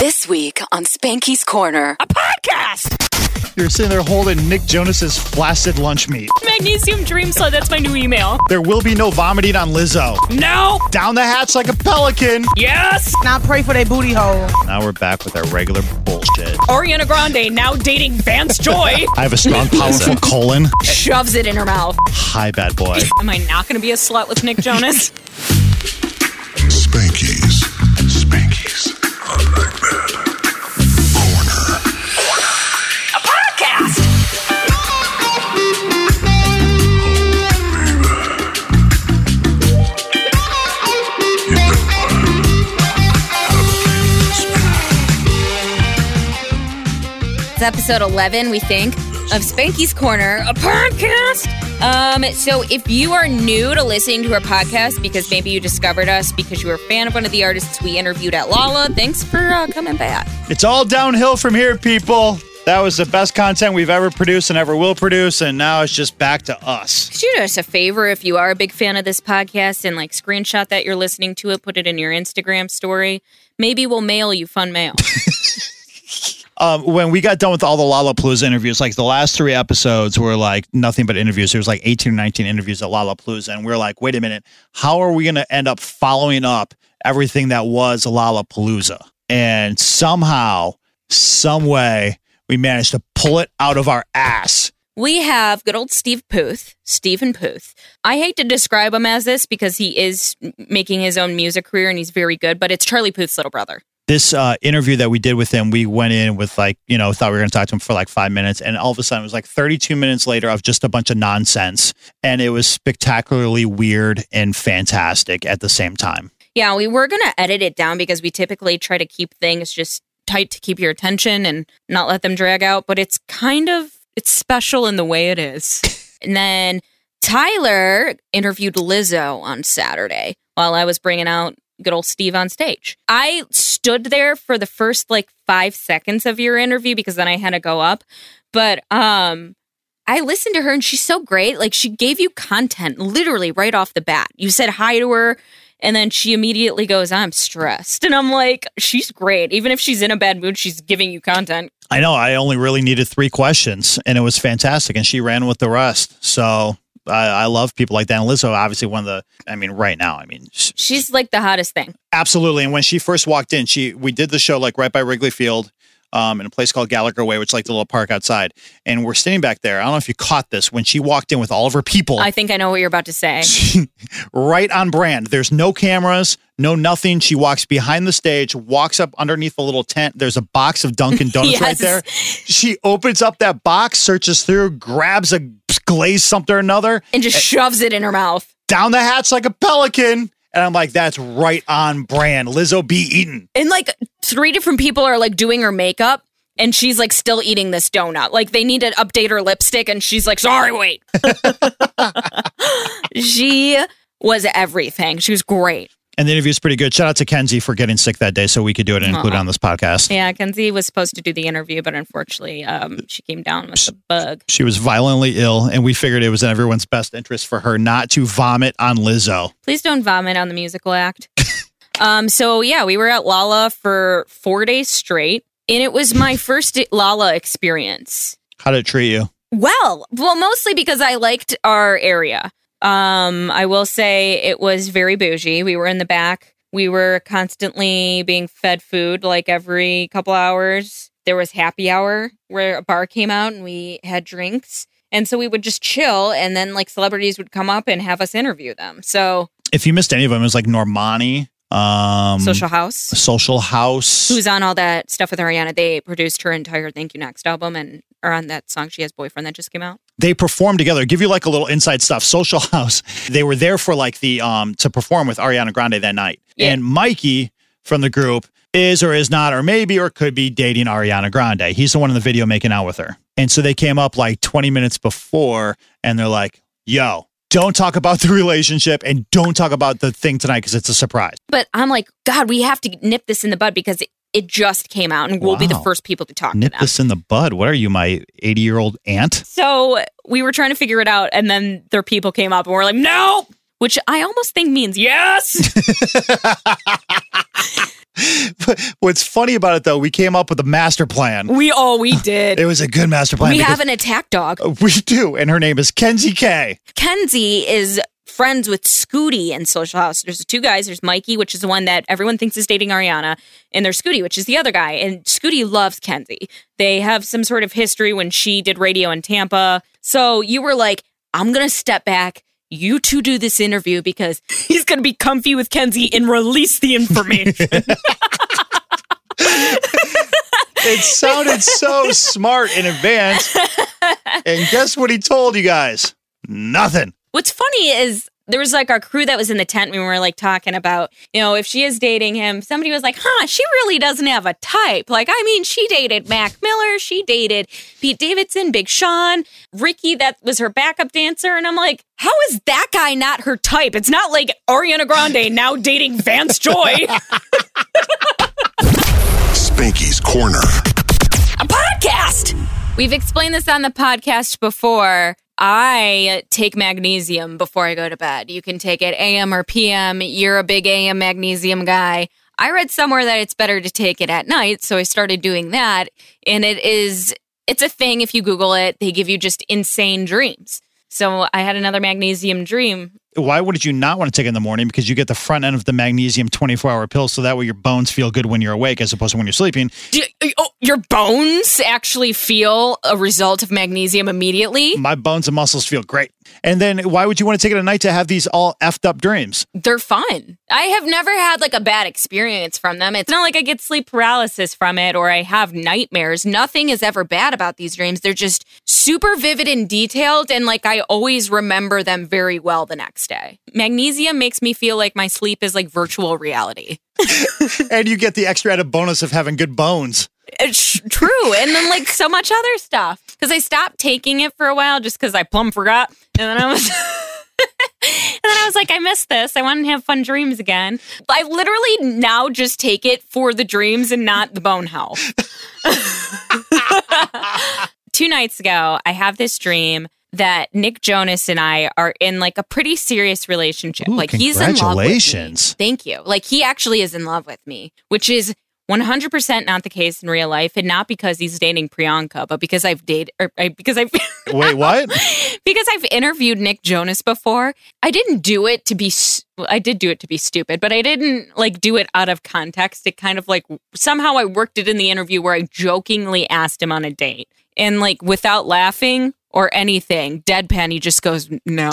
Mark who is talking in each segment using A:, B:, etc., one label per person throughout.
A: This week on Spanky's Corner.
B: A podcast!
C: You're sitting there holding Nick Jonas's flaccid lunch meat.
B: Magnesium Dream Sled, that's my new email.
C: There will be no vomiting on Lizzo.
B: No!
C: Down the hatch like a pelican.
B: Yes!
D: Now pray for their booty hole.
C: Now we're back with our regular bullshit.
B: Ariana Grande now dating Vance Joy.
C: I have a strong, powerful colon.
B: Shoves it in her mouth.
C: Hi, bad boy.
B: Am I not going to be a slut with Nick Jonas?
E: Spankies. Spankies. I like that. Corner.
B: a podcast!
E: You know
F: It's episode 11, we think, of Spanky's Corner, a podcast. Um, so if you are new to listening to our podcast because maybe you discovered us because you were a fan of one of the artists we interviewed at Lala, thanks for uh, coming back.
C: It's all downhill from here, people. That was the best content we've ever produced and ever will produce, and now it's just back to us.
F: Could you do us a favor if you are a big fan of this podcast and like screenshot that you're listening to it, put it in your Instagram story? Maybe we'll mail you fun mail.
C: Um, when we got done with all the Lollapalooza interviews, like the last three episodes were like nothing but interviews. There was like 18 or 19 interviews at Lollapalooza. And we are like, wait a minute, how are we going to end up following up everything that was Lollapalooza? And somehow, some way, we managed to pull it out of our ass.
F: We have good old Steve Puth, Stephen Puth. I hate to describe him as this because he is m- making his own music career and he's very good, but it's Charlie Puth's little brother.
C: This uh, interview that we did with him, we went in with like, you know, thought we were going to talk to him for like five minutes. And all of a sudden, it was like 32 minutes later of just a bunch of nonsense. And it was spectacularly weird and fantastic at the same time.
F: Yeah, we were going to edit it down because we typically try to keep things just tight to keep your attention and not let them drag out, but it's kind of it's special in the way it is. and then Tyler interviewed Lizzo on Saturday while I was bringing out good old Steve on stage. I stood there for the first like 5 seconds of your interview because then I had to go up. But um I listened to her and she's so great. Like she gave you content literally right off the bat. You said hi to her and then she immediately goes, "I'm stressed." And I'm like, "She's great. Even if she's in a bad mood, she's giving you content."
C: I know. I only really needed three questions, and it was fantastic. And she ran with the rest. So I, I love people like that. And Lizzo, obviously, one of the. I mean, right now, I mean, sh-
F: She's like the hottest thing.
C: absolutely. And when she first walked in, she we did the show like right by Wrigley Field, um, in a place called Gallagher Way, which is like the little park outside. And we're standing back there. I don't know if you caught this when she walked in with all of her people.
F: I think I know what you're about to say.
C: right on brand. There's no cameras, no nothing. She walks behind the stage, walks up underneath the little tent. There's a box of Dunkin' Donuts
F: Yes.
C: right there. She opens up that box, searches through, grabs a glaze something or another,
F: And just shoves it in her mouth.
C: down the hatch like a pelican. And I'm like, that's right on brand. Lizzo B. Eaton.
F: And like three different people are like doing her makeup and she's like still eating this donut. Like they need to update her lipstick and she's like, "Sorry, wait." she was everything. She was great.
C: And the interview's pretty good. Shout out to Kenzie for getting sick that day so we could do it and include it on this podcast.
F: Yeah, Kenzie was supposed to do the interview, but unfortunately, um, she came down with a bug.
C: She was violently ill, and we figured it was in everyone's best interest for her not to vomit on Lizzo.
F: Please don't vomit on the musical act. um, so yeah, we were at Lala for four days straight, and it was my first Lala experience.
C: How did it treat you?
F: Well, well, mostly because I liked our area. Um, I will say it was very bougie. We were in the back. We were constantly being fed food like every couple hours. There was happy hour where a bar came out and we had drinks. And so we would just chill and then like celebrities would come up and have us interview them. So
C: if you missed any of them, it was like Normani, um,
F: Social House.
C: Social House.
F: who's on all that stuff with Ariana. They produced her entire Thank You Next album and are on that song She Has Boyfriend that just came out.
C: they performed together. Give you like a little inside stuff. Social House. They were there for like the um to perform with Ariana Grande that night,
F: Yeah.
C: and Mikey from the group is or is not, or maybe or could be dating Ariana Grande. He's the one in the video making out with her. And so they came up like 20 minutes before and they're like, yo, don't talk about the relationship and don't talk about the thing tonight because it's a surprise.
F: But I'm like, God, we have to nip this in the bud because it, it just came out and we'll be the
C: Wow.
F: first people to talk
C: Nip
F: to them.
C: this in the bud. What are you, my 80 year old aunt?
F: So we were trying to figure it out, and then their people came up and we're like, no, which I almost think means yes.
C: What's funny about it though, we came up with a master plan.
B: We all we did.
C: It was a good master plan.
F: oh, we
C: because-
F: have an attack dog.
C: We do. And her name is Kenzie K.
F: Kenzie is friends with Scooty in Social House. There's the two guys. There's Mikey, which is the one that everyone thinks is dating Ariana, and there's Scooty, which is the other guy. And Scooty loves Kenzie. They have some sort of history when she did radio in Tampa. So you were like, I'm going to step back. You two do this interview because
B: He's gonna be comfy with Kenzie and release the information.
C: It sounded so smart in advance. And guess what he told you guys? Nothing.
F: What's funny is there was like our crew that was in the tent when we were like talking about, you know, if she is dating him, somebody was like, huh, she really doesn't have a type. Like, I mean, she dated Mac Miller, she dated Pete Davidson, Big Sean, Ricky, that was her backup dancer. And I'm like, how is that guy not her type? It's
B: it's not like Ariana Grande now dating Vance Joy.
E: Spanky's Corner.
B: a podcast.
F: We've explained this on the podcast before. I take magnesium before I go to bed. You can take it AM or PM. You're a big AM magnesium guy. I read somewhere that it's better to take it at night, so I started doing that. And it is, it's a thing. If you Google it, they give you just insane dreams. So I had another magnesium dream.
C: Why would you not want to take it in the morning? Because you get the front end of the magnesium 24 hour pill. So that way your bones feel good when you're awake as opposed to when you're sleeping.
F: Do you- oh, your bones actually feel a result of magnesium immediately.
C: My bones and muscles feel great. And then why would you want to take it at night to have these all effed up dreams?
F: they're fun. I have never had like a bad experience from them. It's not like I get sleep paralysis from it or I have nightmares. Nothing is ever bad about these dreams. They're just super vivid and detailed. And like I always remember them very well the next day. Magnesium makes me feel like my sleep is like virtual reality.
C: And you get the extra added bonus of having good bones.
F: It's true. And then like so much other stuff. Cause I stopped taking it for a while just cause I plumb forgot. And then I was. And then I was like, I missed this. I want to have fun dreams again. I literally now just take it for the dreams and not the bone health. Two nights ago, I have this dream that Nick Jonas and I are in like a pretty serious relationship.
C: Ooh,
F: like he's in love with me.
C: congratulations.
F: Thank you. Like he actually is in love with me, which is 100% not the case in real life and not because he's dating Priyanka, but because I've dated or I, because I've
C: Wait, what?
F: because I've interviewed Nick Jonas before. I didn't do it to be. s- well, I did do it to be stupid, but I didn't like do it out of context. It kind of like somehow I worked it in the interview where I jokingly asked him on a date and like without laughing or anything, deadpan. He just goes no.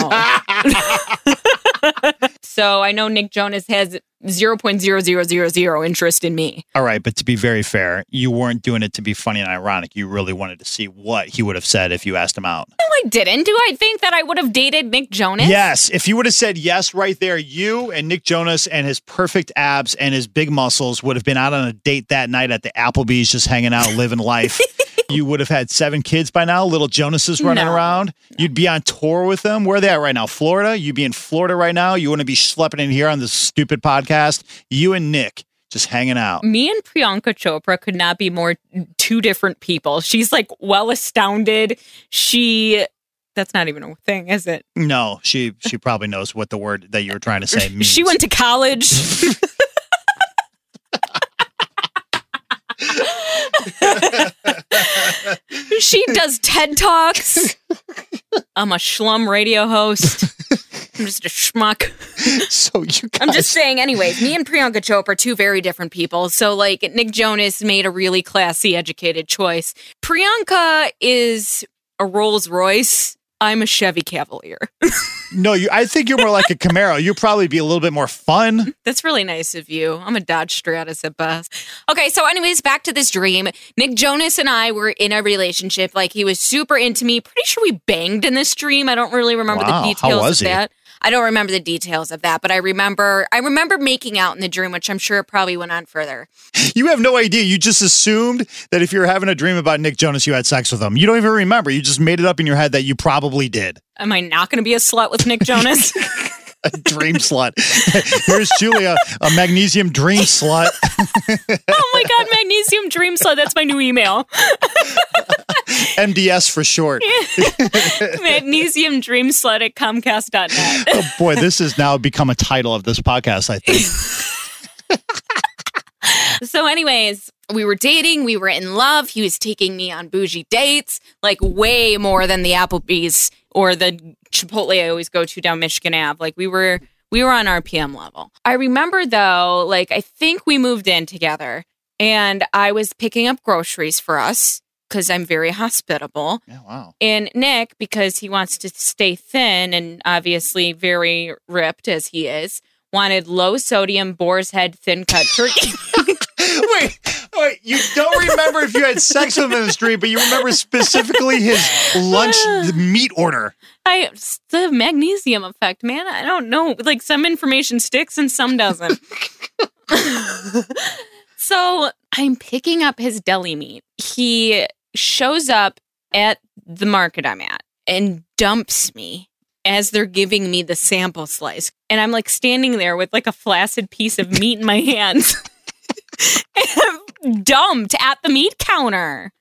F: so I know Nick Jonas has zero point zero zero zero zero interest in me.
C: All right, but to be very fair, you weren't doing it to be funny and ironic. You really wanted to see what he would have said if you asked him out.
F: No, I didn't. Do I think that I would have dated Nick Jonas?
C: Yes, if you would have said yes right there, you and Nick Jonas and his perfect abs and his big muscles would have been out on a date that night at the Applebee's just hanging out, living life. You would have had seven kids by now, little Jonases running
F: No.
C: around. You'd be on tour with them. Where are they at right now? Florida? You'd be in Florida right now. You wouldn't be schlepping in here on this stupid podcast. You and Nick just hanging out.
F: me and Priyanka Chopra could not be more two different people. She's like well astounded. She that's not even a thing, is it?
C: No, she she probably knows what the word that you were trying to say means.
F: She went to college. she does TED Talks. I'm a schlum radio host. I'm just a schmuck.
C: So you guys,
F: I'm just saying, anyways, me and Priyanka Chopra are two very different people. So, like, Nick Jonas made a really classy, educated choice. Priyanka is a Rolls Royce. I'm a Chevy Cavalier.
C: no. You, I think you're more like a Camaro. You'd probably be a little bit more fun.
F: That's really nice of you. I'm a Dodge Stratus at best. Okay, so, anyways, back to this dream. Nick Jonas and I were in a relationship. Like, he was super into me. Pretty sure we banged in this dream. I don't really remember
C: Wow,
F: the
C: how
F: details
C: was
F: of
C: he?
F: that. I don't remember the details of that, but I remember I remember making out in the dream, which I'm sure it probably went on further.
C: You have no idea. You just assumed that if you were having a dream about Nick Jonas, you had sex with him. You don't even remember. You just made it up in your head that you probably did.
F: Am I not going to be a slut with Nick Jonas?
C: A dream slut. Here's Julia, a magnesium dream slut.
B: Oh my god, magnesium dream slut. That's my new email.
C: MDS for short.
B: magnesium dream slut at comcast.net.
C: Oh boy, this has now become a title of this podcast, I think.
F: so, anyways, we were dating, we were in love. He was taking me on bougie dates, like way more than the Applebee's or the Chipotle I always go to down Michigan Ave. Like we were we were on RPM level. I remember though, like I think we moved in together and I was picking up groceries for us because I'm very hospitable.
C: Yeah, wow.
F: And Nick, because he wants to stay thin and obviously very ripped as he is, wanted low sodium boar's head thin cut turkey.
C: Wait, wait, you don't remember if you had sex with him in the street, but you remember specifically his lunch meat order.
F: I it's the magnesium effect, man. I don't know. Like some information sticks and some doesn't. so I'm picking up his deli meat. He shows up at the market I'm at and dumps me as they're giving me the sample slice. And I'm like standing there with like a flaccid piece of meat in my hands. And I'm dumped at the meat counter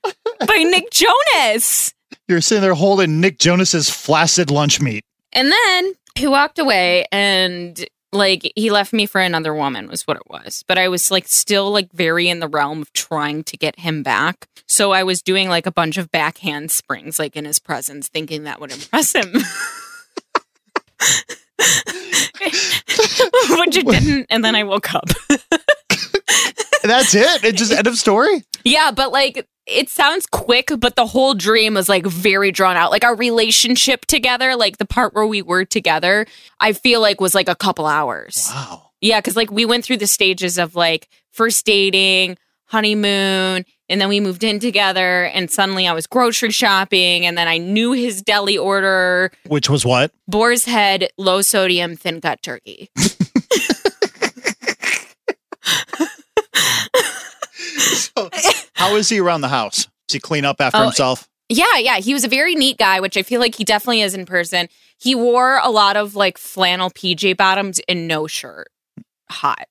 F: by Nick Jonas.
C: You're sitting there holding Nick Jonas's flaccid lunch meat.
F: And then he walked away and like he left me for another woman was what it was. But I was like still like very in the realm of trying to get him back. So I was doing like a bunch of backhand springs like in his presence thinking that would impress him. Which it didn't and then I woke up.
C: That's it. It just end of story.
F: Yeah, but like it sounds quick, but the whole dream was like very drawn out. Like our relationship together, like the part where we were together, I feel like was like a couple hours.
C: Wow.
F: Yeah, because like we went through the stages of like first dating, honeymoon, and then we moved in together. And suddenly I was grocery shopping, and then I knew his deli order
C: Which was what?
F: boar's head, low sodium, thin cut turkey.
C: How is he around the house? Does he clean up after
F: Oh,
C: himself?
F: Yeah, yeah. He was a very neat guy, which I feel like he definitely is in person. He wore a lot of like flannel PJ bottoms and no shirt. Hot.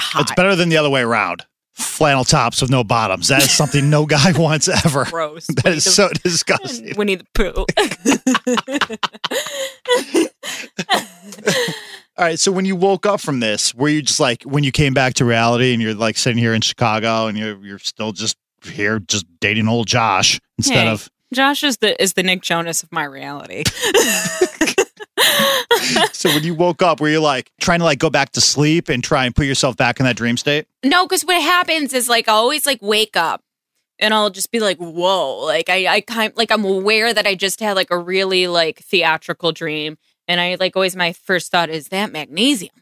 F: Hot.
C: It's better than the other way around. Flannel tops with no bottoms. That is something no guy wants ever.
F: gross.
C: That is so disgusting.
F: Winnie the Pooh.
C: All right. So when you woke up from this, were you just like when you came back to reality and you're like sitting here in Chicago and you're you're still just here just dating old Josh instead
F: Hey.
C: of
B: Josh is the is the Nick Jonas of my reality.
C: so when you woke up, were you like trying to like go back to sleep and try and put yourself back in that dream state?
F: No, because what happens is like I always like wake up and I'll just be like, whoa. Like I, I kind like I'm aware that I just had like a really like theatrical dream. And I like always my first thought is that magnesium.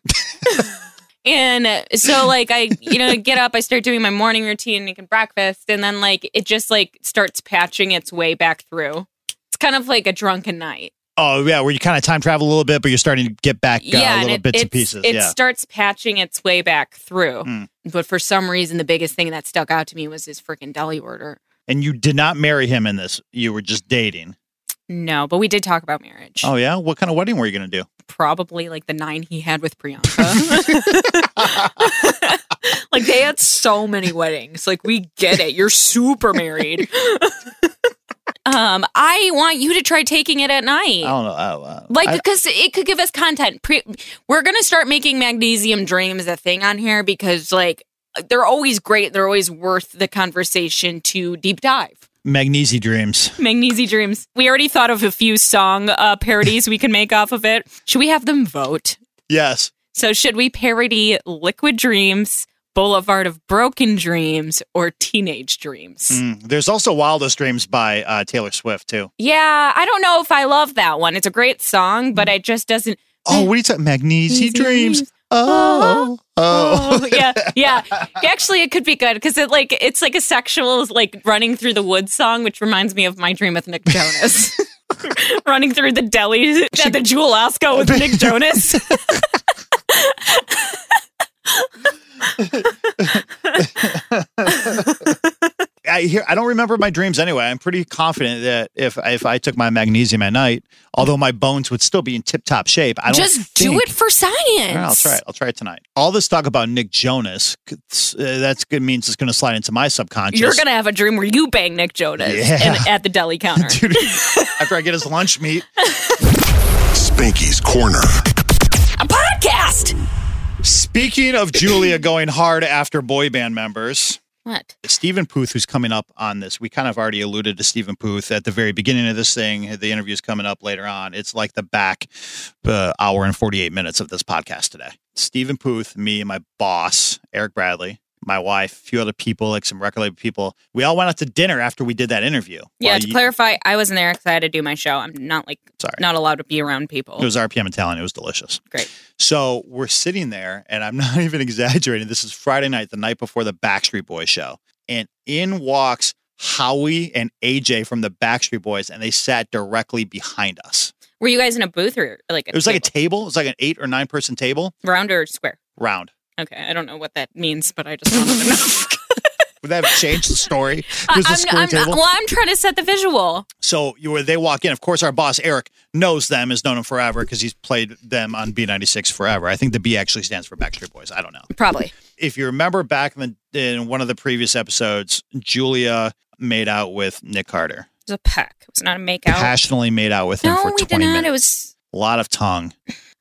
F: and uh, so like I, you know, get up, I start doing my morning routine, making breakfast, and then like it just like starts patching its way back through. It's kind of like a drunken night.
C: Oh yeah, where you kind of time travel a little bit, but you're starting to get back uh,
F: and
C: little
F: it-
C: bits and
F: it's-
C: pieces.
F: It
C: yeah.
F: starts patching its way back through.
C: Mm.
F: But for some reason, the biggest thing that stuck out to me was his freaking deli order.
C: and you did not marry him in this. You were just dating.
F: No, but we did talk about marriage.
C: Oh yeah? What kind of wedding were you gonna do?
F: Probably like the nine he had with Priyanka.
B: Like they had so many weddings. Like we get it. You're super married.
F: um, I want you to try taking it at night.
C: I don't know. Oh, uh,
F: Like,
C: I-
F: because it could give us content. Pre- We're going to start making magnesium dreams a thing on here because, like, they're always great. They're always worth the conversation to deep dive.
C: Magnesi dreams.
B: Magnesi dreams. We already thought of a few song uh, parodies we can make off of it.
F: Should we have them vote?
C: Yes.
F: So, should we parody Liquid Dreams, Boulevard of Broken Dreams, or Teenage Dreams?
C: Mm. There's also Wildest Dreams by uh, Taylor Swift too.
F: Yeah, I don't know if I love that one. It's a great song, but it just doesn't.
C: Oh, what are you talking? Magnesi
F: Magnesi
C: dreams.
F: dreams.
C: Oh, oh.
F: Oh, yeah, yeah. Actually, it could be good because it like it's like a sexual like running through the woods song, which reminds me of my dream with Nick Jonas.
B: running through the deli at the Jewel Osco with Nick Jonas.
C: I hear I don't remember my dreams anyway. I'm pretty confident that if if I took my magnesium at night, although my bones would still be in tip top shape, I don't
D: Just do
C: think-
D: it for science.
C: Yeah, I'll try it. I'll try it tonight. All this talk about Nick Jonas, uh, that's good means it's going to slide into my subconscious.
B: You're gonna have a dream where you bang Nick Jonas
C: Yeah.
B: in, at the deli counter.
C: Dude, after I get his lunch meat.
E: Spanky's Corner.
D: A podcast.
C: Speaking of Julia going hard after boy band members,
F: What?
C: Stephen Puth, who's coming up on this, we kind of already alluded to Stephen Puth at the very beginning of this thing. The interview's coming up later on. It's like the back uh, hour and 48 minutes of this podcast today. Stephen Puth, me and my boss, Eric Bradley, my wife, a few other people, like some record label people, we all went out to dinner after we did that interview.
F: Yeah,
C: Well,
F: to
C: you-
F: clarify, I wasn't there because I had to do my show. I'm not like
C: Sorry.
F: not allowed to be around people.
C: It was RPM Italian. It was delicious.
F: Great.
C: So we're sitting there, and I'm not even exaggerating. This is Friday night, the night before the Backstreet Boys show. And in walks Howie and AJ from the Backstreet Boys, and they sat directly behind us.
F: Were you guys in a booth or like? A
C: It was like a table, it was like an eight or nine person table
F: round or square.
C: round.
F: Okay, I don't know what that means, but I just wanted to know.
C: Would that have changed the story? It
F: I-
C: was a
F: I'm-
C: square
F: I'm-
C: table.
F: well, I'm trying to set the visual.
C: So you were, they walk in. Of course, our boss Eric knows them, has known them forever because he's played them on B96 forever. I think the B actually stands for Backstreet Boys. I don't know.
F: Probably.
C: if you remember back in, the, in one of the previous episodes, Julia made out with Nick Carter.
F: It was a peck. It was not a makeout.
C: Passionately made out with him
F: Oh. no,
C: for
F: we
C: 20
F: did not.
C: minutes.
F: It was.
C: a lot of tongue.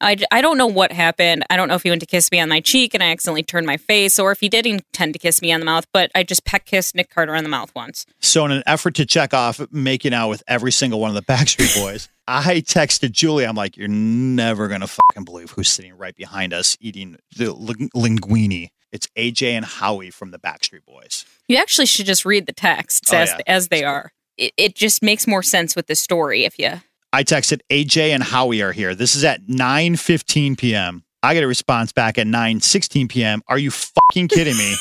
F: I, j- I don't know what happened. I don't know if he went to kiss me on my cheek and I accidentally turned my face, or if he did intend to kiss me on the mouth. But I just peck kissed Nick Carter on the mouth once.
C: So in an effort to check off making out with every single one of the Backstreet Boys, I texted Julia. I'm like, you're never going to fucking believe who's sitting right behind us eating the ling- linguine. It's AJ and Howie from the Backstreet Boys.
F: You actually should just read the texts
C: Oh,
F: as
C: yeah.
F: as they are. It, it just makes more sense with the story if you.
C: I texted AJ and Howie are here. This is at 9:15 p.m. I get a response back at 9:16 p.m. Are you fucking kidding me?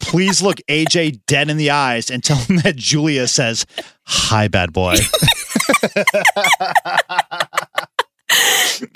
C: Please look AJ dead in the eyes and tell him that Julia says, "Hi, bad boy."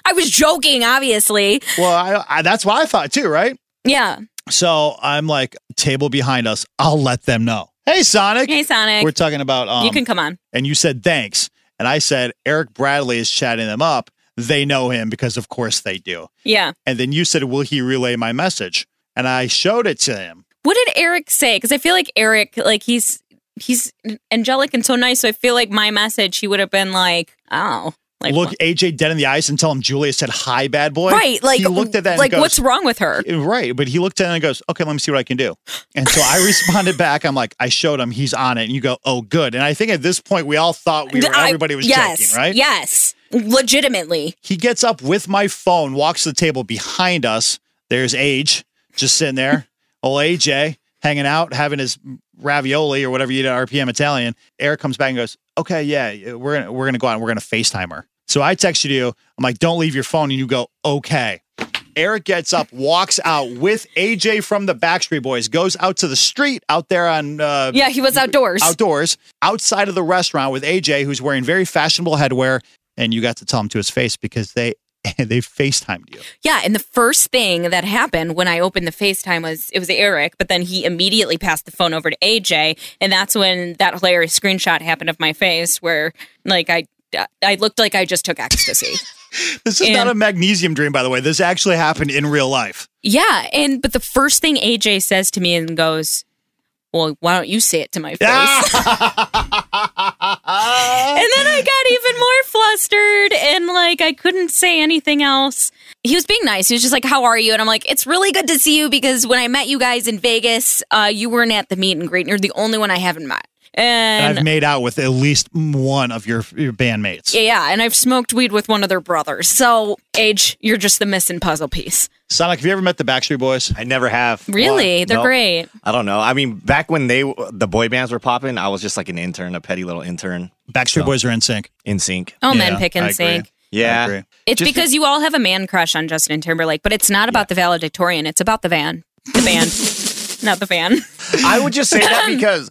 F: I was joking, obviously.
C: well, I, I, that's what I thought too, right?
F: Yeah.
C: So I'm like, table behind us. I'll let them know. Hey, Sonic.
F: Hey, Sonic.
C: We're talking about um,
F: you can come on.
C: and you said thanks, and I said Eric Bradley is chatting them up. They know him because, of course, they do.
F: Yeah.
C: And then you said, Will he relay my message? And I showed it to him.
F: What did Eric say? Because I feel like Eric, like he's he's angelic and so nice. So I feel like my message, he would have been like, oh, like
C: Look AJ dead in the eyes and tell him Julia said, Hi, bad boy.
F: right, like
C: he looked at that
F: like
C: and
F: what's
C: goes, "Uh,
F: wrong with her?
C: Right. But he looked at it and goes, Okay, let me see what I can do. And so I responded back. I'm like, I showed him he's on it. And you go, Oh, good. And I think at this point, we all thought we were,
F: I-
C: everybody was
F: yes,
C: joking, right?
F: Yes, legitimately.
C: He gets up with my phone, walks to the table behind us. There's Age just sitting there. Old AJ hanging out, having his ravioli or whatever you eat at RPM Italian. Eric comes back and goes, "Okay, yeah, we're gonna we're gonna go out and we're gonna Facetime her." So I texted you. I'm like, "Don't leave your phone," and you go, "Okay." Eric gets up, walks out with AJ from the Backstreet Boys, goes out to the street out there on uh,
F: Yeah, he was outdoors.
C: outdoors outside of the restaurant with AJ, who's wearing very fashionable headwear, and you got to tell him to his face because they they FaceTimed you.
F: yeah, and the first thing that happened when I opened the FaceTime was it was Eric, but then he immediately passed the phone over to AJ, and that's when that hilarious screenshot happened of my face where like I I looked like I just took ecstasy.
C: This is
F: And-
C: not a magnesium dream, by the way. This actually happened in real life.
F: Yeah, and but the first thing AJ says to me and goes, "Well, why don't you say it to my face?" and then I got even more flustered and like I couldn't say anything else. He was being nice. He was just like, "How are you?" And I'm like, "It's really good to see you because when I met you guys in Vegas, uh, you weren't at the meet and greet, and you're the only one I haven't met." And
C: I've made out with at least one of your, your bandmates.
F: yeah, and I've smoked weed with one of their brothers. So, Age, you're just the missing puzzle piece.
C: Sonic, have you ever met the Backstreet Boys?
G: I never have.
F: Really?
G: Why?
F: They're
G: No.
F: great.
G: I don't know. I mean, back when they the boy bands were popping, I was just like an intern, a petty little intern
C: Backstreet Boys are in sync.
G: in sync.
F: Oh,
C: Yeah,
F: men pick
C: I
F: and
C: agree.
F: sink.
C: I
G: Yeah.
C: agree.
F: It's
G: Just
F: because you all have a man crush on Justin Timberlake, but it's not about the valedictorian. It's about the van. The band. not the van.
G: I would just say that because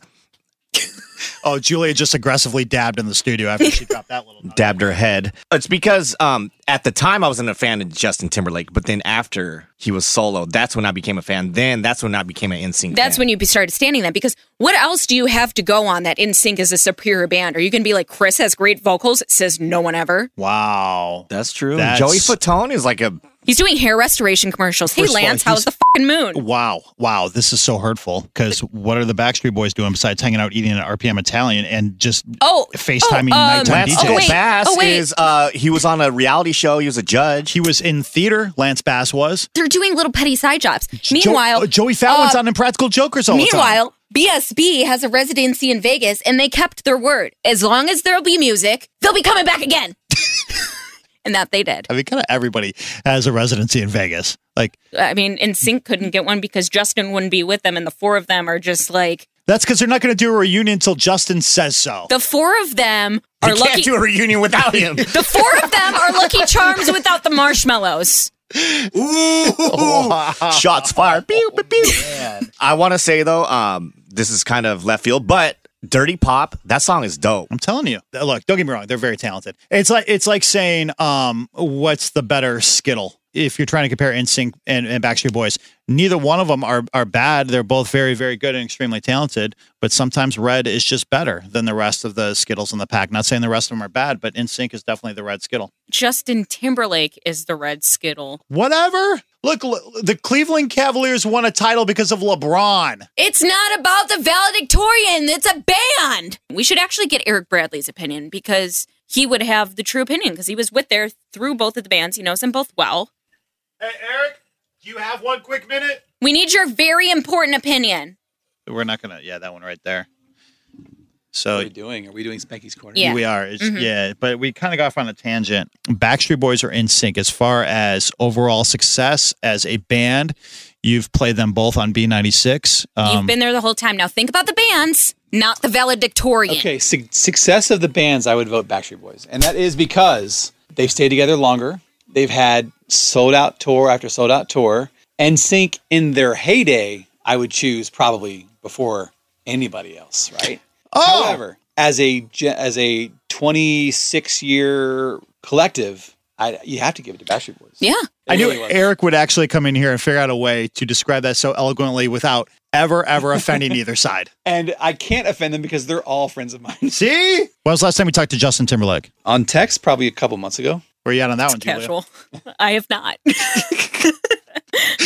C: Oh, Julia just aggressively dabbed in the studio after she dropped that little. nugget.
H: dabbed her head. It's because um, at the time I wasn't a fan of Justin Timberlake, but then after he was solo, that's when I became a fan. Then that's when I became an NSYNC.
F: That's when you be- started standing that because what else do you have to go on that NSYNC is a superior band? Are you going to be like, Chris has great vocals, says no one ever?
C: Wow.
H: That's true.
C: That's-
H: Joey Fatone is like a
F: He's doing hair restoration commercials. Hey,
C: First of all,
F: Lance,
C: he's-
F: how's the fucking moon?
C: Wow. Wow. This is so hurtful because what are the Backstreet Boys doing besides hanging out eating at RPM Italian and just
F: Oh,
C: FaceTiming
F: oh, um,
C: nighttime
F: Lance
C: DJs?
H: Lance
F: Oh, wait.
H: Bass
F: Oh, wait.
H: is uh, he was on a reality show. He was a judge.
C: He was in theater. Lance Bass was.
F: They're doing little petty side jobs.
C: Jo-
F: Meanwhile,
C: uh, Joey Fallon's
F: uh,
C: on Impractical Jokers all
F: Meanwhile, BSB has a residency in Vegas and they kept their word. As long as there'll be music, they'll be coming back again. and that they did.
C: the time. I mean, kind of everybody has a residency in Vegas. Like
F: I mean, and Sync couldn't get one because Justin wouldn't be with them, and the four of them are just like
C: that's because they're not going to do a reunion until Justin says so.
F: the four of them
H: You
F: are
H: can't
F: lucky.
H: do a reunion without him.
F: the four of them are Lucky Charms without the marshmallows.
H: Ooh, shots fired. Pew, pew, pew. I want to say though, um, this is kind of left field, but Dirty Pop, that song is dope.
C: I'm telling you. Look, don't get me wrong; they're very talented. It's like it's like saying, um, what's the better Skittle? If you're trying to compare NSYNC and, and Backstreet Boys, neither one of them are are bad. They're both very, very good and extremely talented. But sometimes red is just better than the rest of the Skittles in the pack. Not saying the rest of them are bad, but NSYNC is definitely the red Skittle.
F: Justin Timberlake is the red skittle.
C: Whatever. Look, l- the Cleveland Cavaliers won a title because of LeBron.
F: It's not about the valedictorian. It's a band. We should actually get Eric Bradley's opinion because he would have the true opinion because he was with there through both of the bands. He knows them both well.
C: Hey, Eric, do you have one quick minute?
F: We need your very important opinion.
C: We're not gonna. Yeah, that one right there. So
I: What are we doing? Are we doing Spanky's Corner?
F: Yeah. Mm-hmm.
C: we are. It's, Yeah, but we kind of got off on a tangent. Backstreet Boys are in sync as far as overall success as a band. You've played them both on B96.
F: You've
C: Um,
F: been there the whole time. Now think about the bands, not the valedictorian.
I: Okay, su- success of the bands, I would vote Backstreet Boys. And that is because they've stayed together longer. They've had sold out tour after sold out tour. And Sync in their heyday, I would choose probably before anybody else, right?
C: Oh!
I: However, as a ge- as a 26 year collective, I, you have to give it to Backstreet Boys.
F: Yeah.
C: I knew
I: really was.
C: Eric would actually come in here and figure out a way to describe that so eloquently without ever, ever offending either side.
I: And I can't offend them because they're all friends of mine.
C: See? When was the last time we talked to Justin Timberlake?
I: On text, probably a couple months ago.
C: Where you at on that one, Julia?
F: Casual. I have not.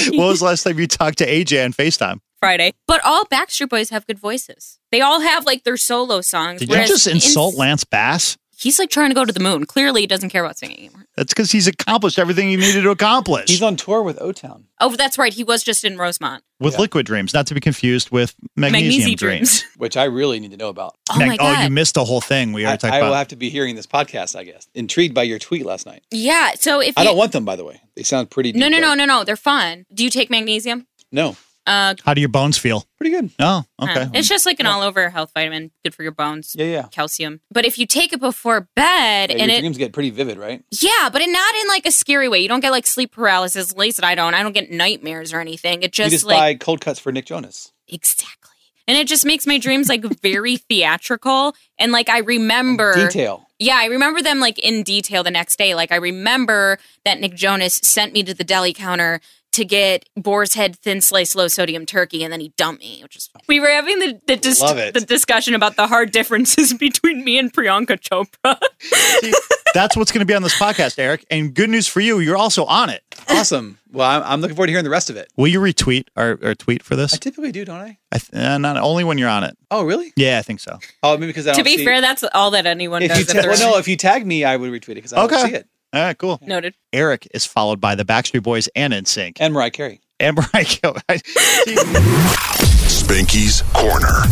C: When was the last time you talked to AJ on FaceTime?
F: Friday. But all Backstreet Boys have good voices. They all have like their solo songs.
C: Did you
F: whereas
C: just insult
F: in-
C: Lance Bass?
F: He's like trying to go to the moon. Clearly, he doesn't care about singing anymore.
C: That's because he's accomplished everything he needed to accomplish.
I: He's on tour with O Town.
F: Oh, that's right. He was just in Rosemont.
C: with Liquid Dreams, not to be confused with Magnesium,
F: Magnesium
C: Dreams.
F: Dreams.
I: which I really need to know about.
F: Oh
C: Mag-
F: my god.
C: you missed the whole thing. We
I: I,
C: already talked
I: I
C: about.
I: will have to be hearing this podcast, I guess. Intrigued by your tweet last night.
F: yeah. So if
I: I
F: you-
I: don't want them, by the way. They sound pretty.
F: no,
I: deep,
F: no, no, no,
I: though.
F: no. They're fun. Do you take magnesium?
I: no.
F: Uh,
C: How do your bones feel?
I: Pretty good.
C: Oh,
F: huh.
C: okay.
F: It's just like an all-over health vitamin, good for your bones,
I: Yeah, yeah.
F: calcium. But if you take it before bed,
I: Yeah,
F: and
I: your
F: it
I: dreams get pretty vivid, right?
F: yeah, but it not in like a scary way. You don't get like sleep paralysis. At least I don't. I don't get nightmares or anything. It
I: you
F: just
I: just
F: like
I: buy cold cuts for Nick Jonas.
F: exactly, and it just makes my dreams like very theatrical and like I remember
I: Detail.
F: Yeah, I remember them like in detail the next day. Like I remember that Nick Jonas sent me to the deli counter to get boar's head thin sliced low sodium turkey and then he dumped me, which is We were having the the, dis-
I: Love it.
F: the discussion about the hard differences between me and Priyanka Chopra.
C: That's what's going to be on this podcast, Eric. And good news for you, you're also on it.
I: Awesome. Well, I'm, I'm looking forward to hearing the rest of it.
C: Will you retweet our, our tweet for
I: I
C: this?
I: typically do, don't I?
C: I th- uh, not only when you're on it.
I: Oh, really?
C: Yeah, I think so.
I: Oh, maybe because I
F: to
I: don't
F: be
I: see-
F: fair, that's all that anyone
I: if
F: does
I: you
F: if
I: ta-
F: they're
I: well, no, if you tag me, I would retweet it because I
C: Okay.
I: don't see it.
C: All right, cool.
F: noted.
C: Eric is followed by the Backstreet Boys and NSYNC.
I: And Mariah Carey.
C: And Mariah Carey.
E: Spanky's Corner.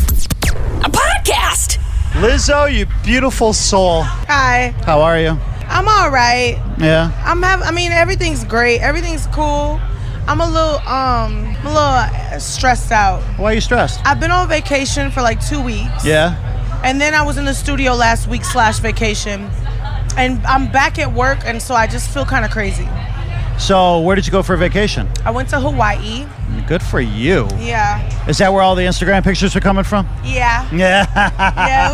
J: A podcast.
C: Lizzo, you beautiful soul.
K: Hi,
C: How are you?
K: I'm all right.
C: Yeah.
K: I'm have. I mean, everything's great. Everything's cool. I'm a little um, I'm a little stressed out.
C: Why are you stressed?
K: I've been on vacation for like two weeks.
C: Yeah.
K: And then I was in the studio last week slash vacation, and I'm back at work, and so I just feel kind of crazy.
C: So, where did you go for vacation?
K: I went to Hawaii.
C: Good for you.
I: Yeah.
C: Is that where all the Instagram pictures are coming from?
I: Yeah.
C: Yeah.
I: yeah,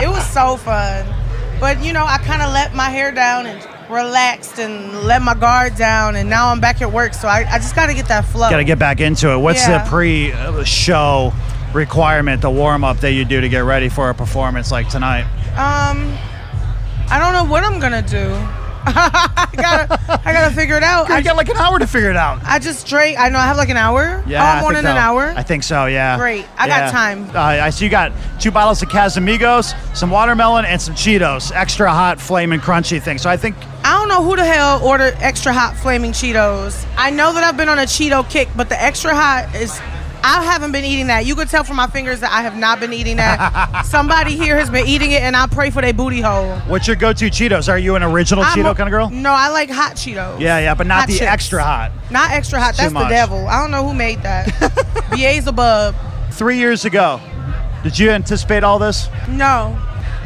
I: it was fun. It was so fun. But you know, I kind of let my hair down and relaxed and let my guard down, and now I'm back at work. So I, I just got to get that flow.
C: Got to get back into it. What's
I: Yeah.
C: the pre-show requirement, the warm-up that you do to get ready for a performance like tonight?
I: Um, I don't know what I'm gonna do. I gotta, I gotta figure it out.
C: Girl,
I: I
C: you got like an hour to figure it out.
I: I just drank. I know I have like an hour.
C: I
I: oh, I'm
C: think
I: on in
C: so.
I: an hour.
C: I think so. Yeah.
I: Great. I got time.
C: Uh, I see you got two bottles of Casamigos, some watermelon, and some Cheetos, extra hot, flaming, crunchy thing. So I think
I: I don't know who the hell ordered extra hot flaming Cheetos. I know that I've been on a Cheeto kick, but the extra hot is. I haven't been eating that. You could tell from my fingers that I have not been eating that. Somebody here has been eating it, and I pray for their booty hole.
C: what's your go-to Cheetos? Are you an original
I: I'm
C: Cheeto
I: a-
C: kind of girl?
I: No, I like hot Cheetos.
C: Yeah, yeah, but not
I: Hot
C: the
I: chips.
C: extra hot.
I: Not extra hot.
C: Too
I: That's the
C: much.
I: devil. I don't know who made that. Beelzebub.
C: Three years ago, did you anticipate all this?
I: No,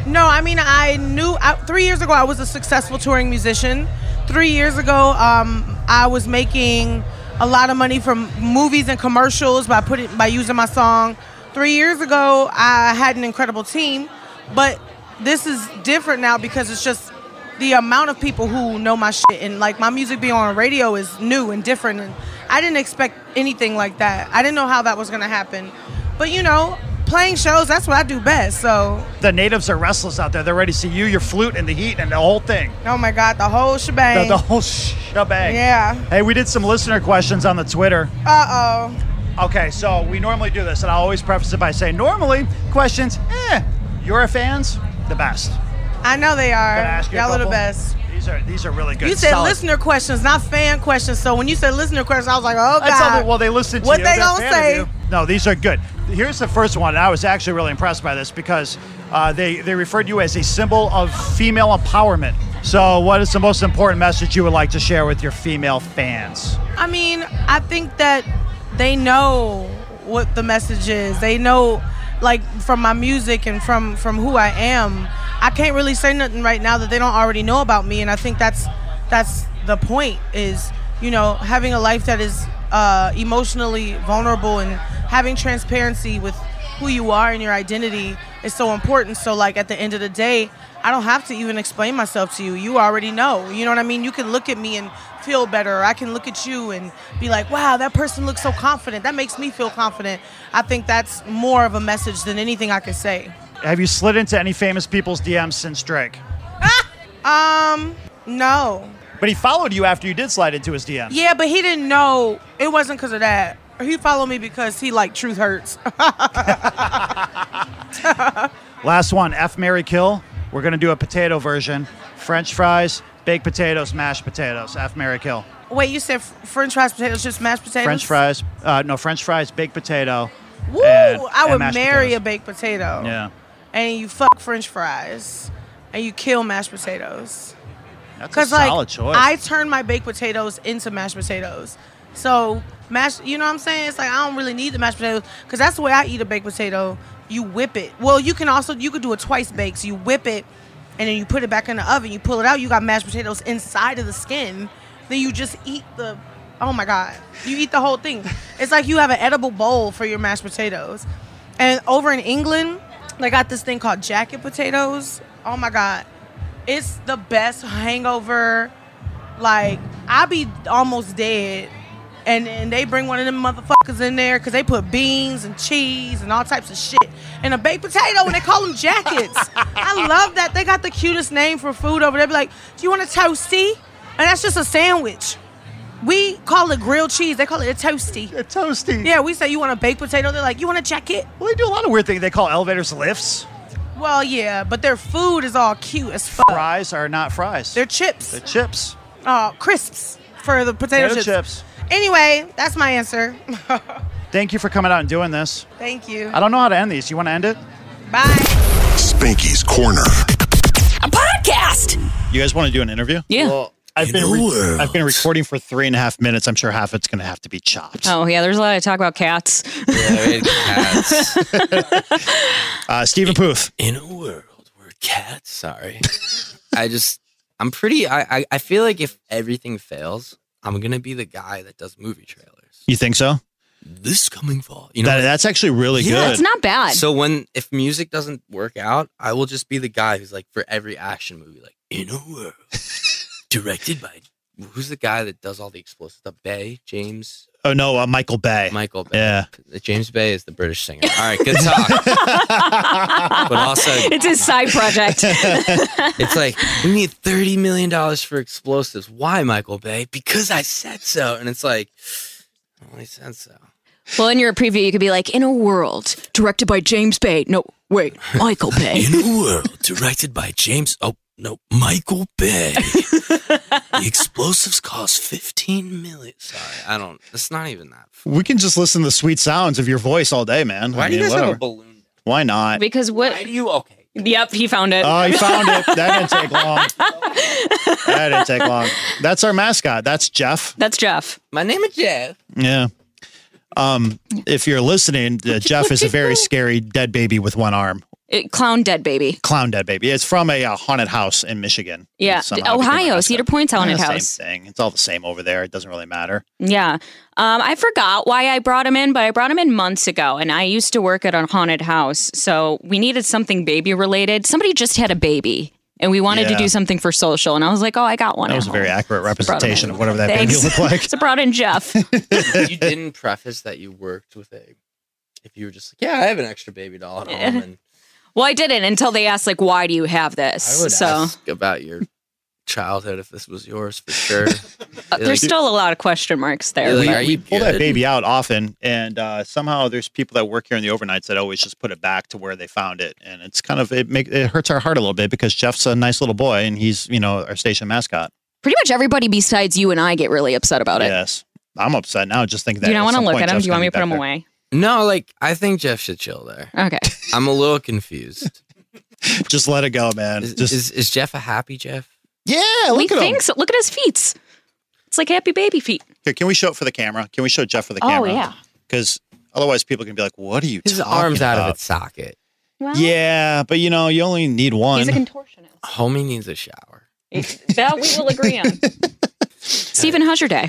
I: no. I mean, I knew I, three years ago I was a successful touring musician. Three years ago, um, I was making a lot of money from movies and commercials by putting by using my song. Three years ago, I had an incredible team, but this is different now because it's just the amount of people who know my shit and like my music being on radio is new and different and I didn't expect anything like that. I didn't know how that was gonna happen. But you know, playing shows, that's what I do best. So
C: The natives are restless out there. They're ready to see you, your flute, and the heat, and the whole thing.
I: oh my god, the whole
C: The,
I: shebang.
C: the whole shebang.
I: Yeah.
C: Hey, we did some listener questions on the Twitter.
I: Uh oh.
C: Okay, so we normally do this, and I always preface it by saying, normally questions, eh, your fans, the best.
I: I know they are.
C: Can I ask you a
I: Y'all are the
C: couple?
I: best.
C: These are these are really good.
I: you said
C: solid-
I: listener questions, not fan questions. So when you said listener questions, I was like, oh god.
C: That's how they, well, they listen to
I: what
C: you.
I: they
C: They're a
I: gonna
C: fan of
I: say?
C: you. No, these are good. Here's the first one. and I was actually really impressed by this because uh, they they referred to you as a symbol of female empowerment. So, what is the most important message you would like to share with your female fans?
I: I mean, I think that they know what the message is. They know, like, from my music and from from who I am. I can't really say nothing right now that they don't already know about me, and I think that's that's the point. Is you know having a life that is uh, emotionally vulnerable and having transparency with who you are and your identity is so important. So like at the end of the day, I don't have to even explain myself to you. You already know. You know what I mean? You can look at me and feel better. Or I can look at you and be like, "Wow, that person looks so confident. That makes me feel confident." I think that's more of a message than anything I could say.
C: Have you slid into any famous people's DMs since Drake?
I: Um, no.
C: But he followed you after you did slide into his DMs.
I: Yeah, but he didn't know. It wasn't because of that. He followed me because he like truth hurts.
C: Last one, F Mary Kill. We're gonna do a potato version. French fries, baked potatoes, mashed potatoes. F Mary Kill.
I: Wait, you said f- French fries, potatoes, just mashed potatoes?
C: French fries. Uh, no, French fries, baked potato.
I: Woo!
C: and-
I: I
C: and
I: would
C: mashed
I: marry a
C: potatoes.
I: baked potato.
C: Yeah,
I: And you fuck French fries, and you kill mashed potatoes.
C: that's a
I: Cause like
C: solid choice.
I: I turn my baked potatoes into mashed potatoes. So mashed, you know what I'm saying? It's like I don't really need the mashed potatoes because that's the way I eat a baked potato. You whip it. Well, you can also you could do a twice baked. So you whip it, and then you put it back in the oven. You pull it out. You got mashed potatoes inside of the skin. Then you just eat the. Oh my god! You eat the whole thing. It's like you have an edible bowl for your mashed potatoes. And over in England, they got this thing called jacket potatoes. Oh my god. It's the best hangover. Like, I be almost dead. And then they bring one of them motherfuckers in there because they put beans and cheese and all types of shit and a baked potato and they call them jackets. I love that. They got the cutest name for food over there. Be like, do you want a toasty? And that's just a sandwich. We call it grilled cheese. They call it a toasty.
C: A toasty.
I: Yeah, we say you want a baked potato. They're like, you want a jacket?
C: Well, they do a lot of weird things. They call elevators lifts.
I: Well, yeah, but their food is all cute as fuck.
C: Fries are not fries.
I: They're chips.
C: They're chips.
I: uh, crisps for the potato,
C: Potato chips.
I: Anyway, that's my answer.
C: Thank you for coming out and doing this.
I: Thank you.
C: I don't know how to end these. You want to end it?
I: Bye.
E: Spanky's Corner.
D: A podcast.
C: You guys want to do an interview?
B: Yeah.
C: I've been
E: Hello.
C: re- I've been recording for three and a half minutes. I'm sure half it's going to have to be chopped.
B: Oh yeah, there's a lot of talk about cats.
H: Yeah, we had cats.
C: Uh, Stephen Puth.
H: In a world where cats, sorry. I just, I'm pretty, I, I, I feel like if everything fails, I'm going to be the guy that does movie trailers.
C: You think so?
H: this coming fall.
C: You know, that, that's actually really
H: Yeah.
C: good.
H: It's not
F: bad.
H: So when if music doesn't work out, I will just be the guy who's like for every action movie, like in a world directed by who's the guy that does all the explosive stuff? Bay James.
C: Oh no, uh, Michael Bay.
H: Michael Bay.
C: Yeah.
H: James Bay is the British singer. All right, good talk. but also,
F: it's his side project.
H: it's like we need thirty million dollars for explosives. Why, Michael Bay? Because I said so. And it's like, well, I said so.
F: well, in your preview, you could be like, in a world directed by James Bay. No, wait, Michael Bay.
H: In a world directed by James, oh no, Michael Bay. the explosives cost fifteen million. Sorry, I don't. It's not even that.
C: We can just listen to the sweet sounds of your voice all day, man.
H: Why do you guys have a balloon?
C: Why not?
L: Because what?
H: Why do you? Okay.
L: Yep, he found it.
C: Oh, he found it. That didn't take long. That didn't take long. That's our mascot. That's Jeff.
L: That's Jeff.
H: My name is Jeff.
C: Yeah. Um, if you're listening, uh, Jeff is a very scary dead baby with one arm.
F: It- clown dead baby.
C: Clown dead baby. It's from a, uh haunted house in Michigan.
F: Yeah. oh,
C: Somehow became a
F: Ohio,
C: mascot.
F: Cedar Point's haunted
C: Yeah,
F: house.
C: Same thing. It's all the same over there. It doesn't really matter.
F: Yeah. Um, I forgot why I brought him in, but I brought him in months ago, and I used to work at a haunted house. So we needed something baby related. Somebody just had a baby, and we wanted
C: Yeah.
F: to do something for social. And I was like, oh, I got one.
C: That
F: at
C: was a
F: home.
C: very accurate
F: Brought him
C: representation
F: in.
C: of whatever that
F: Thanks.
C: baby looked like.
F: so brought in Jeff.
H: you didn't preface that you worked with a. If you were just like, yeah, I have an extra baby doll at home, and
F: well, I didn't until they asked, like, why do you have this?
H: I would
F: so
H: ask about your childhood if this was yours for
F: uh,
H: sure. You're
F: there's
H: like,
F: still a lot of question marks there.
H: You're like,
F: but-
H: are
C: we
H: you
C: pull that
H: good?
C: baby out often, and uh, somehow there's people that work here in the overnights that always just put it back to where they found it, and it's kind of it make it hurts our heart a little bit because Jeff's a nice little boy and he's you know our station mascot.
F: Pretty much everybody besides you and I get really upset about it.
C: Yes, I'm upset now just thinking that.
F: Do you not want
C: want
F: to look at him? Do you want me to put him away?
H: No, like I think Jeff should chill there.
F: Okay.
H: I'm a little confused.
C: Just let it go, man.
H: Is,
C: Just-
H: is, is Jeff a happy Jeff?
C: Yeah,
F: we
C: look at him.
F: think so. Look at his feet. It's like happy baby feet.
C: Here, can we show it for the camera? Can we show Jeff for the
F: Oh,
C: camera?
F: yeah.
C: Because otherwise, people can be like, "What are you?"
H: His
C: talking
H: arm's out of
C: about?"
H: its socket.
C: yeah, but you know, you only need one.
F: contortionist.
H: Homie needs a shower.
F: that we will agree on. Stephen Husher Day.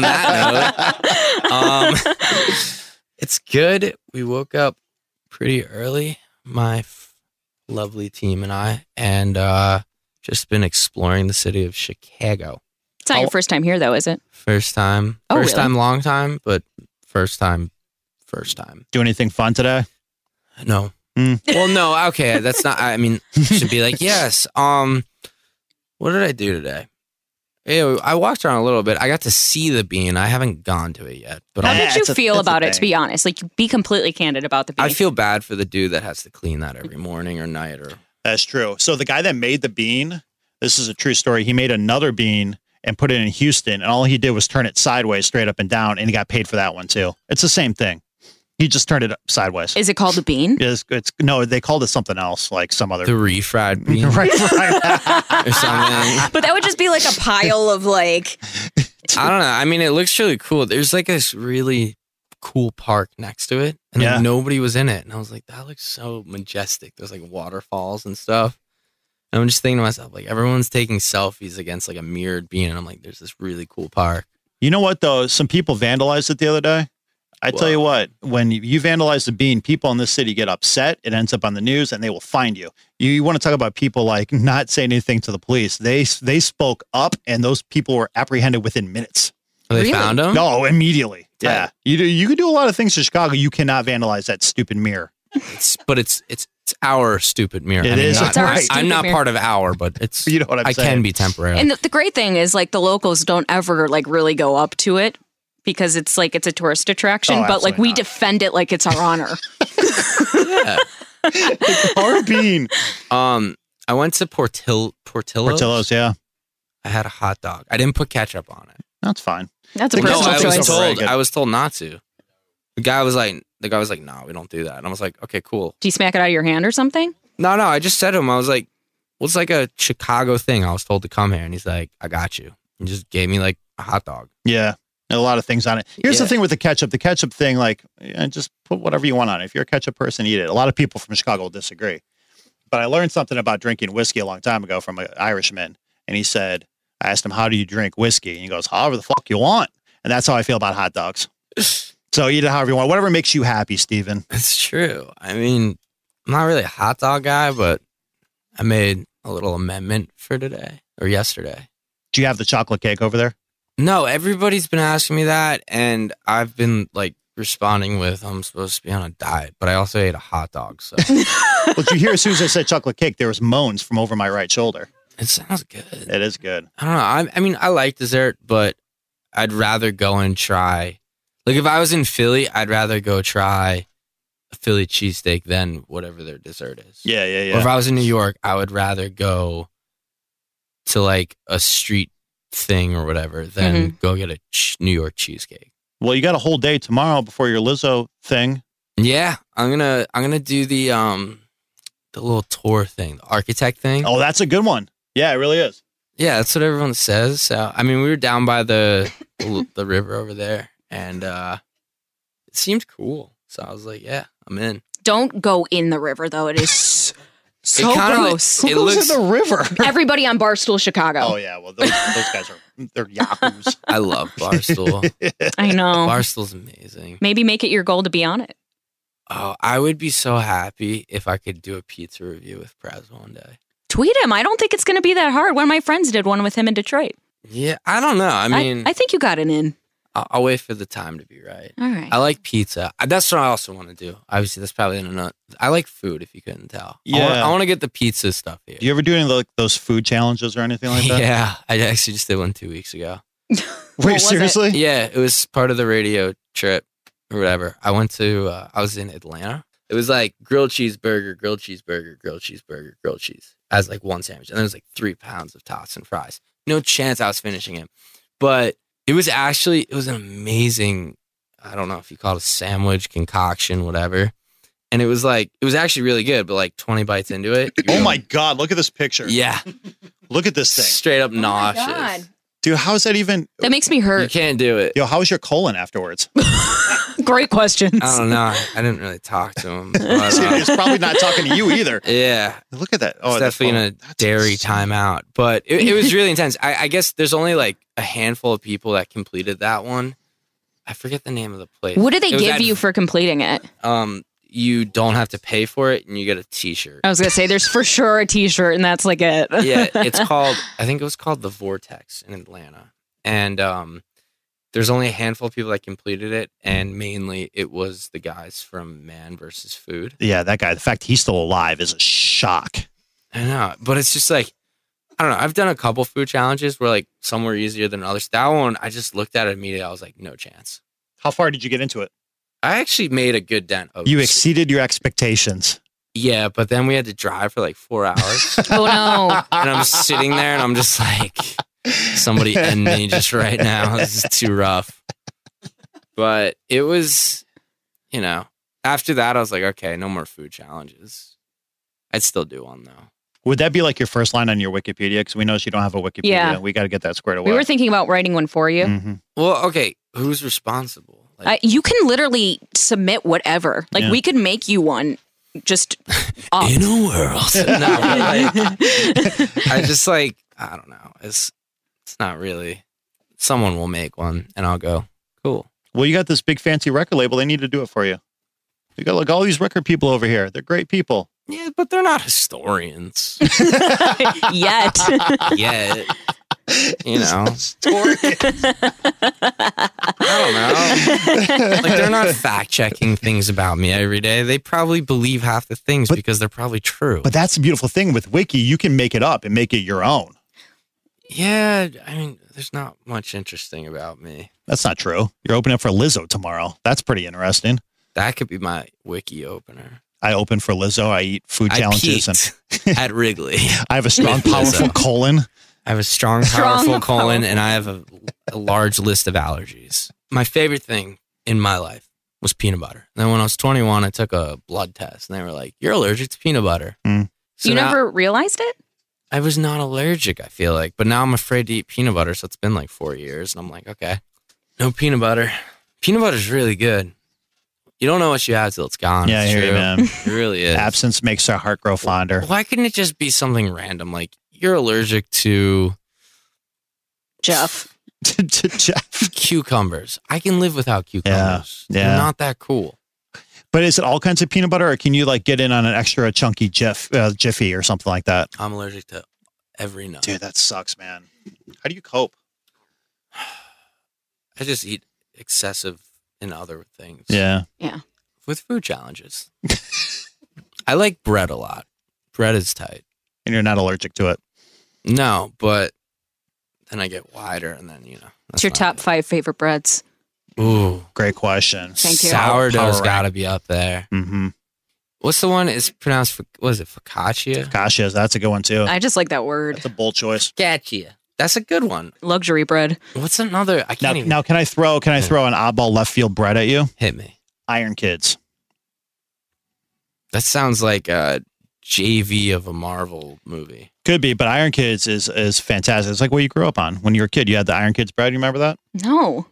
H: that note, um, it's good. We woke up pretty early, my f- lovely team and I, and uh, just been exploring the city of Chicago.
F: It's
H: Oh.
F: not your first time here, though, is it?
H: First time,
F: Oh,
H: first
F: really?
H: time, long time, but first time, first time.
C: Do anything fun today?
H: No.
C: Hmm.
H: well, no, okay, that's not. I mean, should be like, yes. Um, what did I do today? Yeah, I walked around a little bit. I got to see the bean. I haven't gone to it yet, but
F: How
H: I'm-
F: did you feel about it? To be honest, like be completely candid about the beef.
H: I feel bad for the dude that has to clean that every morning or night or.
C: That's true. So the guy that made the bean, this is a true story. He made another bean and put it in Houston, and all he did was turn it sideways, straight up and down, and he got paid for that one too. It's the same thing. He just turned it up sideways.
F: Is it called the bean?
C: It's, it's no, they called it something else, like some other
H: The refried bean
C: right, right.
H: or something.
F: But that would just be like a pile of like.
H: I don't know. I mean, it looks really cool. There's like this really cool park next to it, and
C: Yeah.
H: like nobody was in it. And I was like, that looks so majestic. There's like waterfalls and stuff. And I'm just thinking to myself, like, everyone's taking selfies against like a mirrored bean. And I'm like, there's this really cool park.
C: You know what though? Some people vandalized it the other day. I tell you what, when you vandalize the bean, people in this city get upset. It ends up on the news, and they will find you. You, you want to talk about people like not saying anything to the police? They they spoke up, and those people were apprehended within minutes.
H: And they found them?
C: No, immediately. Yeah,
H: Tight.
C: you do, you can do a lot of things to Chicago. You cannot vandalize that stupid mirror.
H: It's, but it's, it's, it's our stupid mirror.
C: It
H: I mean,
C: is
H: Not,
C: It's our
H: I-
C: stupid
H: I'm not
F: mirror.
H: part of our, but it's,
C: You know what I'm
H: I
C: saying.
H: can be temporary.
F: And the, the great thing is like the locals don't ever like really go up to it because it's like it's a tourist attraction.
C: Oh,
F: but like we
C: absolutely not.
F: defend it like it's our honor.
C: Our bean.
H: um, I went to Portil- Portillo's.
C: Portillo's, yeah,
H: I had a hot dog. I didn't put ketchup on it.
C: that's fine.
F: That's a
C: The
H: no,
F: personal
H: I
F: choice.
H: was told.
C: Overrated.
H: I was told not to. The guy was like, the guy was like, no, we don't do that. And I was like, okay, cool.
F: Do you smack it out of your hand or something?
H: No, no, I just said to him, I was like, what's like a Chicago thing? I was told to come here, and he's like, I got you. And just gave me like a hot dog.
C: Yeah, a lot of things on it. Here's the
H: Yeah.
C: thing with the ketchup. The ketchup thing, like, yeah, just put whatever you want on it. If you're a ketchup person, eat it. A lot of people from Chicago will disagree. But I learned something about drinking whiskey a long time ago from an Irishman, and he said, I asked him, "How do you drink whiskey?" And he goes, "However the fuck you want." And that's how I feel about hot dogs. So eat it however you want. Whatever makes you happy, Steven.
I: It's true. I mean, I'm not really a hot dog guy, but I made a little amendment for today or yesterday.
C: Do you have the chocolate cake over there?
I: No, everybody's been asking me that, and I've been like responding with, "I'm supposed to be on a diet," but I also ate a hot dog. So
C: What you hear as soon as I said chocolate cake, there was moans from over my right shoulder.
I: It sounds good.
H: Uh,
I: It
C: is good.
I: I don't know. I, I mean, I like dessert, but I'd rather go and try. Like, if I was in Philly, I'd rather go try a Philly cheesesteak than whatever their dessert is.
C: Yeah, yeah,
I: Or if I was in New York, I would rather go to like a street thing or whatever than
F: Mm-hmm.
I: go get a ch- New York cheesecake.
C: Well, you got a whole day tomorrow before your Lizzo thing.
I: Yeah, I'm gonna I'm gonna do the um the little tour thing, the architect thing.
C: Oh, that's a good one. Yeah, it really is.
I: Yeah, that's what everyone says. So I mean, we were down by the the river over there, and uh it seemed cool. So I was like, yeah, I'm in.
F: Don't go in the river though. It is so, so
I: kinda-
F: gross.
I: it Who goes looks- in the
C: river?
F: Everybody on Barstool Chicago.
C: Oh yeah, well those, those guys are they're yahoos.
I: I love Barstool.
F: I know.
I: Barstool's amazing.
F: Maybe make it your goal to be on it.
I: Oh, I would be so happy if I could do a pizza review with Praz one day.
F: Tweet him. I don't think it's going to be that hard. One of my friends did one with him in Detroit.
I: Yeah, I don't know. I mean,
F: I, think you got it in.
I: I'll, I'll wait for the time to be right.
F: All right.
I: I like pizza. Uh, That's what I also want to do. Obviously, that's probably not. I like food. If you couldn't tell, I wanna-
C: Yeah.
I: I want to get the pizza stuff here.
C: Do you ever do any of the, like, those food challenges or anything like that?
I: Yeah, I actually just did one two weeks ago.
C: Wait, seriously?
I: Yeah, it was part of the radio trip or whatever. I went to. Uh, I was in Atlanta. It was like grilled cheeseburger, grilled cheeseburger, grilled cheeseburger, grilled cheese as like one sandwich, and there was like three pounds of tots and fries. No chance I was finishing it, but it was actually it was an amazing. I don't know if you call it a sandwich concoction, whatever. And it was like it was actually really good, but like twenty bites into it.
C: Oh my god, look at this picture.
I: Yeah.
C: Look at this thing.
I: Straight up nauseous.
C: Dude, how's that even
F: That makes me
I: You
F: hurt.
I: can't do it.
C: Yo, how was your colon afterwards?
F: Great questions.
I: I don't know. I didn't really talk to him. but, uh,
C: It's probably not talking to you either.
I: yeah.
C: Look at that.
I: Oh,
C: Oh,
I: it's
C: that's
I: definitely
C: fun.
I: in a dairy timeout. But it, it was really intense. I, I guess there's only like a handful of people that completed that one. I forget the name of the place.
F: What did they
I: It was
F: give
I: at-
F: you for completing it?
I: Um, you don't have to pay for it, and you get a T-shirt.
F: I was going to say there's for sure a T-shirt, and that's like it.
I: yeah, it's called. I think it was called the Vortex in Atlanta, and um, there's only a handful of people that completed it, and mainly it was the guys from Man versus Food.
C: Yeah, that guy. The fact he's still alive is a shock.
I: I know, but it's just like I don't know. I've done a couple food challenges where like some were easier than others. That one, I just looked at it immediately. I was like, no chance.
C: How far did you get into it?
I: I actually made a good dent. Of
C: You exceeded your expectations.
I: yeah, but then we had to drive for like four hours, and
F: oh no.
I: I'm sitting there and I'm just like, somebody end me just right now. This is too rough. But it was, you know, after that I was like, okay, no more food challenges. I'd still do one though.
C: Would that be like your first line on your Wikipedia? Because we know you don't have a Wikipedia.
F: Yeah.
C: We got to get that squared away. Mm-hmm.
F: We were thinking about writing one for you.
I: Well, okay, who's responsible?
H: Mm-hmm.
I: Like,
F: Uh, you can literally submit whatever. Like
I: Yeah.
F: we could make you one. Just up.
I: in a world. No, but, like, I just like I don't know. It's it's not really. Someone will make one, and I'll go. Cool.
C: Well, you got this big fancy record label. They need to do it for you. You got like all these record people over here. They're great people.
I: Yeah, but they're not historians
F: yet.
I: yet. You know, I don't know. Like they're not fact checking things about me every day. They probably believe half the things because they're probably true.
C: But that's the beautiful thing with Wiki. You can make it up and make it your own.
I: Yeah, I mean, there's not much interesting about me.
C: That's not true. You're opening up for Lizzo tomorrow. That's pretty interesting.
I: That could be my wiki opener.
C: I open for Lizzo. I eat food
I: I
C: challenges. And
I: peaked at Wrigley.
C: I have a strong,
I: With Lizzo.
C: powerful colon.
I: I have a strong,
C: Strong,
I: powerful colon,
C: powerful.
I: and I have a, a large list of allergies. My favorite thing in my life was peanut butter. And then when I was 21, I took a blood test, and they were like, "You're allergic to peanut butter." So
F: you
I: now-
F: never realized it?
I: I was not allergic. I feel like, but now I'm afraid to eat peanut butter. So it's been like four years, and I'm like, okay, no peanut butter. Peanut butter's really good. You don't know what you have till it's gone.
C: Yeah, I
I: It's
C: hear you,
I: true.
C: man.
I: It really is.
C: Absence makes our heart grow fonder.
I: Why couldn't it just be something random like you're allergic to
F: Jeff.
C: to, to Jeff.
H: Cucumbers. I can live without cucumbers.
C: Yeah.
H: They're
C: Yeah.
H: not that cool.
C: But is it all kinds of peanut butter, or can you like get in on an extra chunky Jeff uh, Jiffy or something like that?
H: I'm allergic to every nut.
C: Dude, that sucks, man. How do you cope?
H: I just eat excessive in other things.
C: Yeah.
M: Yeah.
H: With food challenges. I like bread a lot. Bread is tight.
C: And you're not allergic to it.
H: No, but then I get wider and then, you know.
M: What's your top five favorite breads?
H: Ooh.
C: Great question.
M: Thank you.
H: Sourdough's
C: Power
H: got to be up there.
C: Mm-hmm.
H: What's the one? It's pronounced, fi- what is it, focaccia?
C: Focaccia. That's a good one, too.
M: I just like that word.
C: That's a bold choice.
H: Focaccia. That's a good one.
M: Luxury bread.
H: What's another? I can't
C: Now,
H: even.
C: now, can I throw can I throw an oddball left field bread at you?
H: Hit me.
C: Iron Kids.
H: That sounds like a JV of a Marvel movie.
C: Could be, but Iron Kids is is fantastic. It's like what you grew up on when you were a kid. You had the Iron Kids bread. You remember that?
M: No.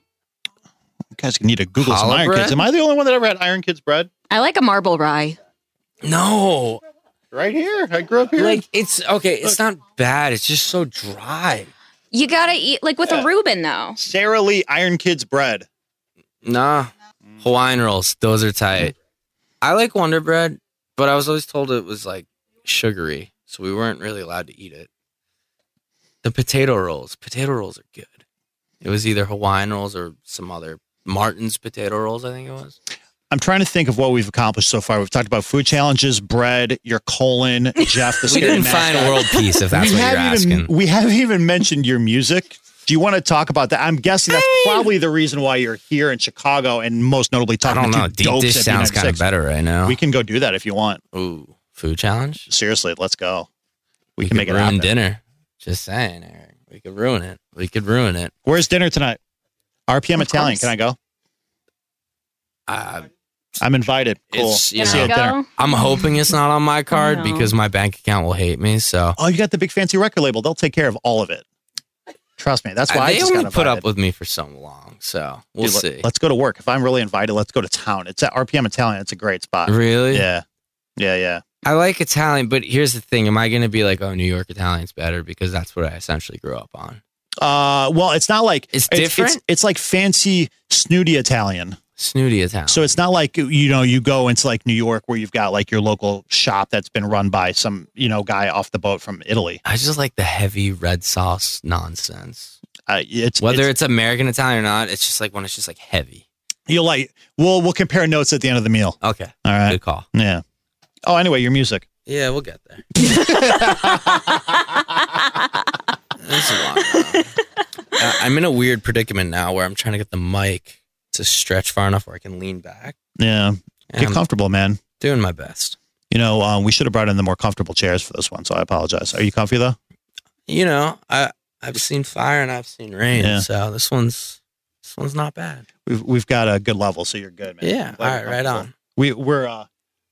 C: You guys need to Google some
H: Challah
C: Iron
H: bread?
C: Kids. Am I the only one that ever had Iron Kids bread?
M: I like a marble rye.
H: No.
C: Right here. I grew up here.
H: Like, it's okay. It's not bad. It's just so dry.
M: You gotta eat like with a Reuben though.
C: Sara Lee Iron Kids bread.
H: Nah. Hawaiian rolls. Those are tight. I like Wonder Bread, but I was always told it was like sugary. So we weren't really allowed to eat it. The potato rolls. Potato rolls are good. It was either Hawaiian rolls or some other Martin's potato rolls, I think it was.
C: I'm trying to think of what we've accomplished so far. We've talked about food challenges, bread, your colon, Jeff. The
H: we
C: scary
H: didn't
C: mascot.
H: find world peace, if that's
C: we
H: what you're
C: haven't
H: asking.
C: even, We haven't even mentioned your music. Do you want to talk about that? I'm guessing that's probably the reason why you're here in Chicago and most notably
H: I
C: talking
H: don't
C: to
H: know.
C: two
H: Deep
C: dopes
H: dish
C: at
H: sounds
C: B96.
H: kind of better right now.
C: We can go do that if you want.
H: Ooh, food challenge.
C: Seriously, let's go. We,
H: We,
C: can
H: could
C: make it
H: ruin
C: happen.
H: dinner. Just saying, Eric. We could ruin it. We could ruin it.
C: Where's dinner tonight? RPM
M: Of
C: Italian.
M: course.
C: Can I go?
H: Uh,
C: I'm invited. Cool.
H: It's-
C: We'll
H: you
C: see
H: know-
C: you at dinner.
M: Go.
H: I'm hoping it's not on my card
M: No.
H: because my bank account will hate me. So
C: Oh, you got the big fancy record label. They'll take care of all of it. Trust me. That's why I,
H: they
C: just
H: only
C: got
H: put
C: invited.
H: up with me for so long. So we'll
C: Dude, let-
H: see.
C: Let's go to work. If I'm really invited, let's go to town. It's at RPM Italian. It's a great spot.
H: Really?
C: Yeah. Yeah, yeah.
H: I like Italian, but here's the thing: Am I going to be like, oh, New York Italian's better because that's what I essentially grew up on?
C: Uh, well, it's not like
H: It's
C: It's,
H: different?
C: like fancy snooty Italian.
H: Snooty Italian.
C: So it's not like you know you go into like New York where you've got like your local shop that's been run by some you know guy off the boat from Italy.
H: I just like the heavy red sauce nonsense.
C: Uh, it's
H: Whether
C: it's,
H: it's, American Italian or not, it's just like when it's just like heavy.
C: you'll like we'll we'll compare notes at the end of the meal.
H: Okay,
C: All right.
H: good call.
C: Yeah. Oh, anyway, your music.
H: Yeah, we'll get there. This is long enough. Uh, I'm in a weird predicament now where I'm trying to get the mic to stretch far enough where I can lean back.
C: Yeah.
H: And
C: Get
H: I'm
C: comfortable, man.
H: doing my best.
C: You know, um, we should have brought in the more comfortable chairs for this one, so I apologize. Are you comfy though?
H: You know, I I've seen fire and I've seen rain,
C: Yeah.
H: so this one's this one's not bad.
C: We've we've got a good level, so you're good, man.
H: Yeah.
C: I'm glad
H: All right,
C: you're
H: right
C: comfortable.
H: on.
C: We we're uh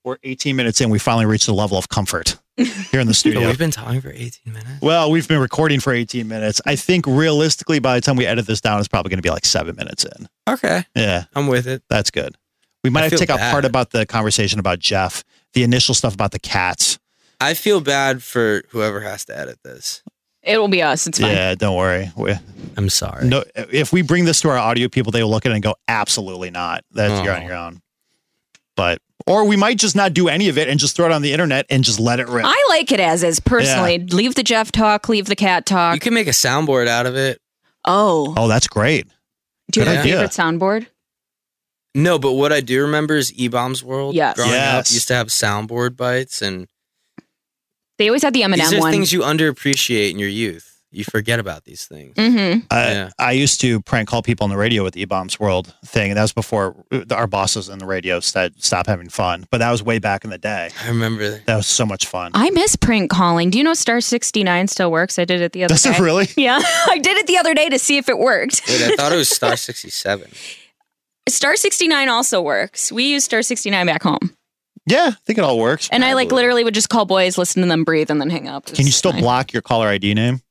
C: we're 18 minutes in. We finally reached the level of comfort here in the
H: But
C: studio.
H: we've been talking for 18 minutes.
C: well, we've been recording for 18 minutes. I think realistically, by the time we edit this down, it's probably going to be like seven minutes in.
H: Okay,
C: Yeah,
H: I'm with it.
C: that's good. We might
H: I
C: have to
H: feel
C: take out part
H: bad.
C: about the conversation about Jeff, the initial stuff about the cats.
H: I feel bad for whoever has to edit this.
M: It will be us. It's fine.
C: Yeah, don't worry. We,
H: I'm sorry.
C: no, if we bring this to our audio people, they will look at it and go, absolutely not. That's you're on
H: Oh.
C: your own. But or we might just not do any of it and just throw it on the internet and just let it rip.
M: I like it as is personally. Leave the Jeff talk, leave the cat
H: You
M: talk.
H: can make a soundboard out of it.
M: oh.
C: oh, that's great.
M: Do you
C: good
M: have a
C: idea.
M: favorite soundboard?
H: No, but what I do remember is E-Bombs World.
M: Yes.
H: Growing up,
C: Yes.
H: used to have soundboard bites and
M: They always had the M and
H: these
M: M
H: are
M: one.
H: things you underappreciate in your youth. You forget about these things.
M: mm-hmm.
C: I,
H: Yeah.
C: I used to prank call people on the radio with the E-Bombs World thing. And that was before uh, our bosses in the radio said, stop having fun. But that was way back in the day.
H: I remember.
C: That was so much fun.
M: I miss prank calling. Do you know Star sixty nine still works? I did it the other
C: Does
M: day.
C: it really?
M: Yeah, I did it the other day to see if it worked.
H: Wait, I thought it was Star 67.
M: Star sixty nine also works. We use Star sixty nine back home,
C: Yeah, I think it all works.
M: and I like
H: Probably.
M: literally would just call boys, listen to them breathe, and then hang up.
C: Can you
M: It's
C: still
M: fine.
C: block your caller ID name?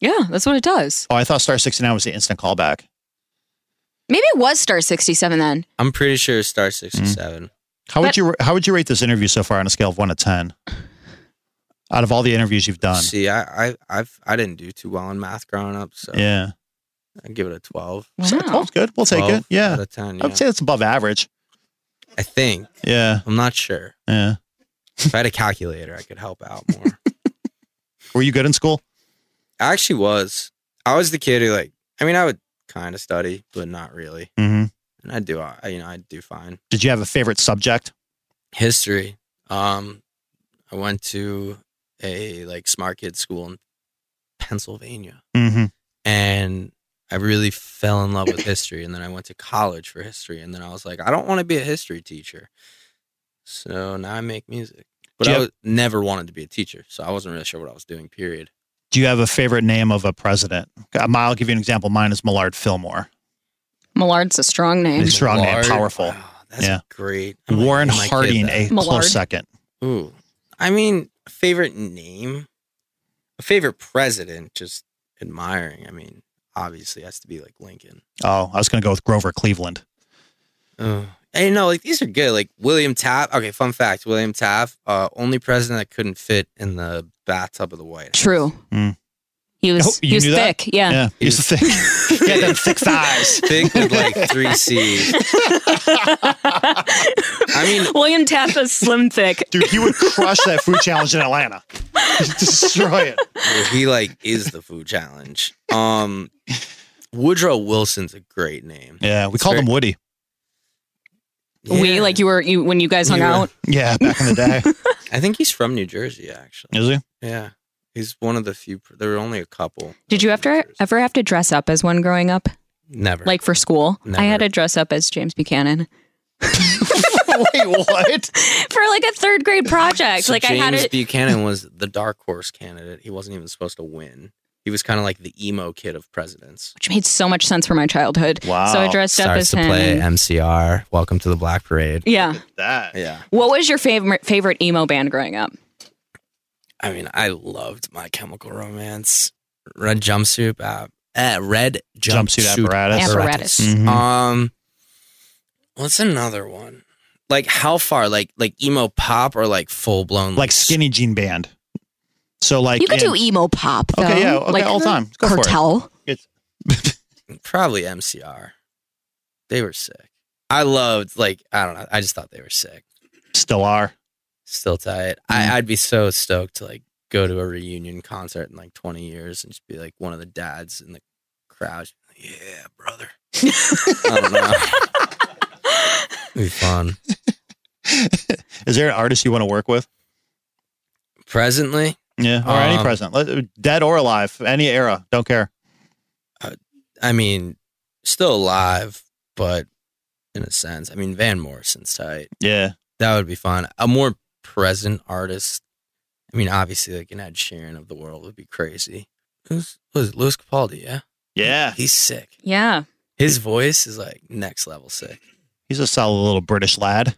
M: Yeah, that's what it does.
C: Oh, I thought Star 69 was the instant callback.
M: Maybe it was Star sixty seven then.
H: I'm pretty sure it's Star 67.
C: How would
M: But-
C: you how would you rate this interview so far on a scale of one to ten? Out of all the interviews you've done,
H: See, I, I, I've, I didn't do too well in math growing up, so
C: yeah,
H: I'd give it a 12.
C: So
M: Oh.
C: 12's good. We'll take
H: 12
C: it. Yeah.
H: out of 10, yeah.
C: I'd say it's above average.
H: I think.
C: Yeah.
H: I'm not sure.
C: Yeah.
H: If I had a calculator, I could help out more.
C: Were you good in school?
H: I actually was. I was the kid who, like, I mean, I would kind of study, but not really.
C: Mm-hmm.
H: And I'd do, I, you know, I'd do fine.
C: Did you have a favorite subject?
H: History. Um, I went to a like smart kid school in Pennsylvania,
C: Mm-hmm.
H: and I really fell in love with history. And then I went to college for history, and then I was like, I don't want to be a history teacher. So now I make music, but
C: Do you
H: I
C: have-
H: was, never wanted to be a teacher, so I wasn't really sure what I was doing. Period.
C: Do you have a favorite name of a president? Um, I'll give you an example. Mine is Millard Fillmore.
M: Millard's a strong name.
C: It's strong name,
H: Millard?
C: powerful.
H: That's
C: yeah.
H: great.
C: Warren
H: give my kid
C: Harding, eh? a
H: that.
M: Millard.
C: close second.
H: Ooh, I mean, favorite name, a favorite president, just admiring. I mean, obviously, has to be like Lincoln.
C: Oh, I was going to go with Grover Cleveland.
H: Oh. And you know, like these are good. Like William Taft. Okay, fun fact: William Taft, uh, only president that couldn't fit in the bathtub of the White House.
M: True.
C: Mm.
M: He was
C: Oh, you
M: he was
C: knew that?
M: thick. Yeah.
C: Yeah, he was thick. he had them thick thighs.
H: Thick with like three C's. I mean,
M: William Taft is slim thick.
C: Dude, he would crush that food challenge in Atlanta. He'd destroy it.
H: he like is the food challenge. Um, Woodrow Wilson's a great name.
C: Yeah, we called him Woody.
M: We like you were you when you guys hung
H: You were-
M: out.
C: Yeah, back in the day.
H: I think he's from New Jersey, actually.
C: Is he?
H: Yeah, he's one of the few. There were only a couple.
M: Did you ever ever have to dress up as one growing up?
H: Never.
M: Like for school? I had
H: Never.
M: to dress up as James Buchanan
C: Wait, what?
M: for like a third grade project.
H: So
M: like
H: James
M: I had it.
H: Buchanan was the dark horse candidate. He wasn't even supposed to win. He was kind of like the emo kid of presidents.
M: which made so much sense for my childhood.
C: Wow.
M: So I dressed up as
H: Starts to
M: him.
H: play
F: Mm.
H: MCR. Welcome to the Black Parade.
M: Yeah.
C: That.
H: Yeah.
M: What was your favorite favorite emo band growing up?
H: I mean, I loved My Chemical Romance, Red Jumpsuit App, uh, Red
C: Jumpsuit
H: Jumpsuit,
C: Apparatus.
M: Apparatus.
C: Mhm.
H: Um, what's another one? Like how far? Like like emo pop or like full blown
C: Like skinny jean band. So like
H: Mm.
M: you could
C: in-
M: do e- emo pop. Though.
C: Okay, yeah, okay,
M: like
C: all the time. Go for it.
M: Cartel.
H: probably MCR. They were sick. I loved like I don't know. I just thought they were sick.
C: still are.
H: Still tight. I, I'd be so stoked to like go to a reunion concert in like 20 years and just be like one of the dads in the crowd. Just be like, yeah, brother. I don't know. It'd be fun.
C: Is there an artist you want to work with?
H: Presently,
C: Yeah, or any
H: Um,
C: president, Let- dead or alive, any era, don't care.
H: I mean, still alive, but in a sense, I mean, Van Morrison's tight.
C: Yeah,
H: That would be fun. A more present artist. I mean, obviously, like an Ed Sheeran of the world would be crazy. Who's was it Louis Capaldi? Yeah,
C: yeah.
H: he's sick.
M: Yeah.
H: His voice is like next level sick.
C: He's a solid little British lad.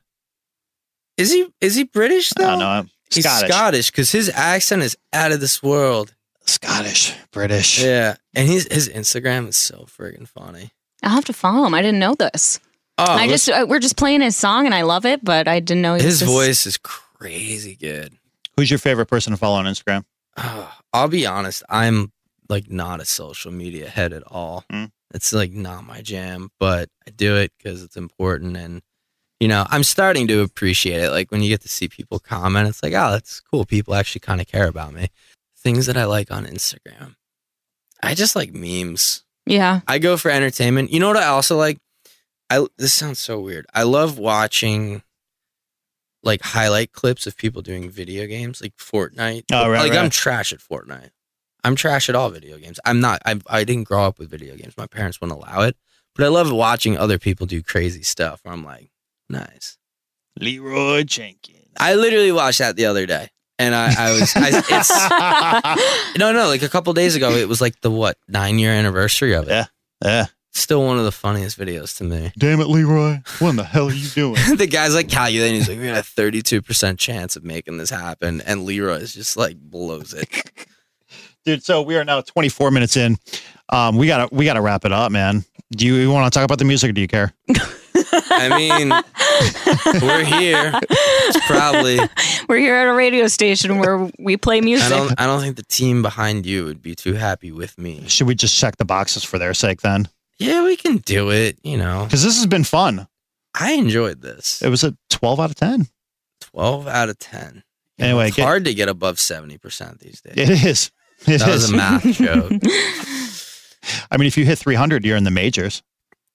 H: Is he? Is he British
C: I
H: though?
C: don't know.
H: he's
C: Scottish,
H: Scottish because his accent is out of this world.
C: Scottish, British.
H: Yeah, and his his Instagram is so friggin' funny.
M: I'll have to follow him. I didn't know this.
H: Oh,
M: I just uh, we're just playing his song and I love it, but I didn't know he was
H: his
M: this-
H: voice is crazy good.
C: Who's your favorite person to follow on Instagram?
H: Uh, I'll be honest, I'm like not a social media head at all.
C: Mm.
H: It's like not my jam, but I do it because it's important. And, you know, I'm starting to appreciate it. Like when you get to see people comment, it's like, oh, that's cool. People actually kind of care about me. Things that I like on Instagram. I just like memes.
M: Yeah.
H: I go for entertainment. You know what I also like? I this sounds so weird. I love watching like highlight clips of people doing video games, like Fortnite.
C: Oh, right,
H: like I'm
C: right.
H: trash at Fortnite. I'm trash at all video games. I'm not. I I didn't grow up with video games. My parents wouldn't allow it. But I love watching other people do crazy stuff. Where I'm like, nice.
C: Leroy Jenkins.
H: I literally watched that the other day, and I, I was. I, it's, no, no. Like a couple days ago, it was like the what nine year anniversary of it.
C: yeah.
H: Still one of the funniest videos to me.
C: Damn it, Leroy. What in the hell are you doing?
H: the guy's like calculating. He's like, we got a 32% chance of making this happen. And Leroy's just like blows it.
C: Dude, so we are now 24 minutes in. Um, we gotta we gotta wrap it up, man. Do you, want to talk about the music or do you care?
H: I mean, we're here. It's probably.
M: We're here at a radio station where we play
H: I
M: music.
H: don't. I don't think the team behind you would be too happy with me.
C: Should we just check the boxes for their sake then?
H: Yeah, we can do it. You know,
C: Because this has been fun.
H: I enjoyed this.
C: It was a 12 out of 10.
H: Twelve out of ten. You know,
C: Anyway,
H: it's
C: get-
H: hard to get above seventy percent these days.
C: It is. It
H: that was
C: is.
H: a math joke.
C: I mean, if you hit 300, you're in the majors.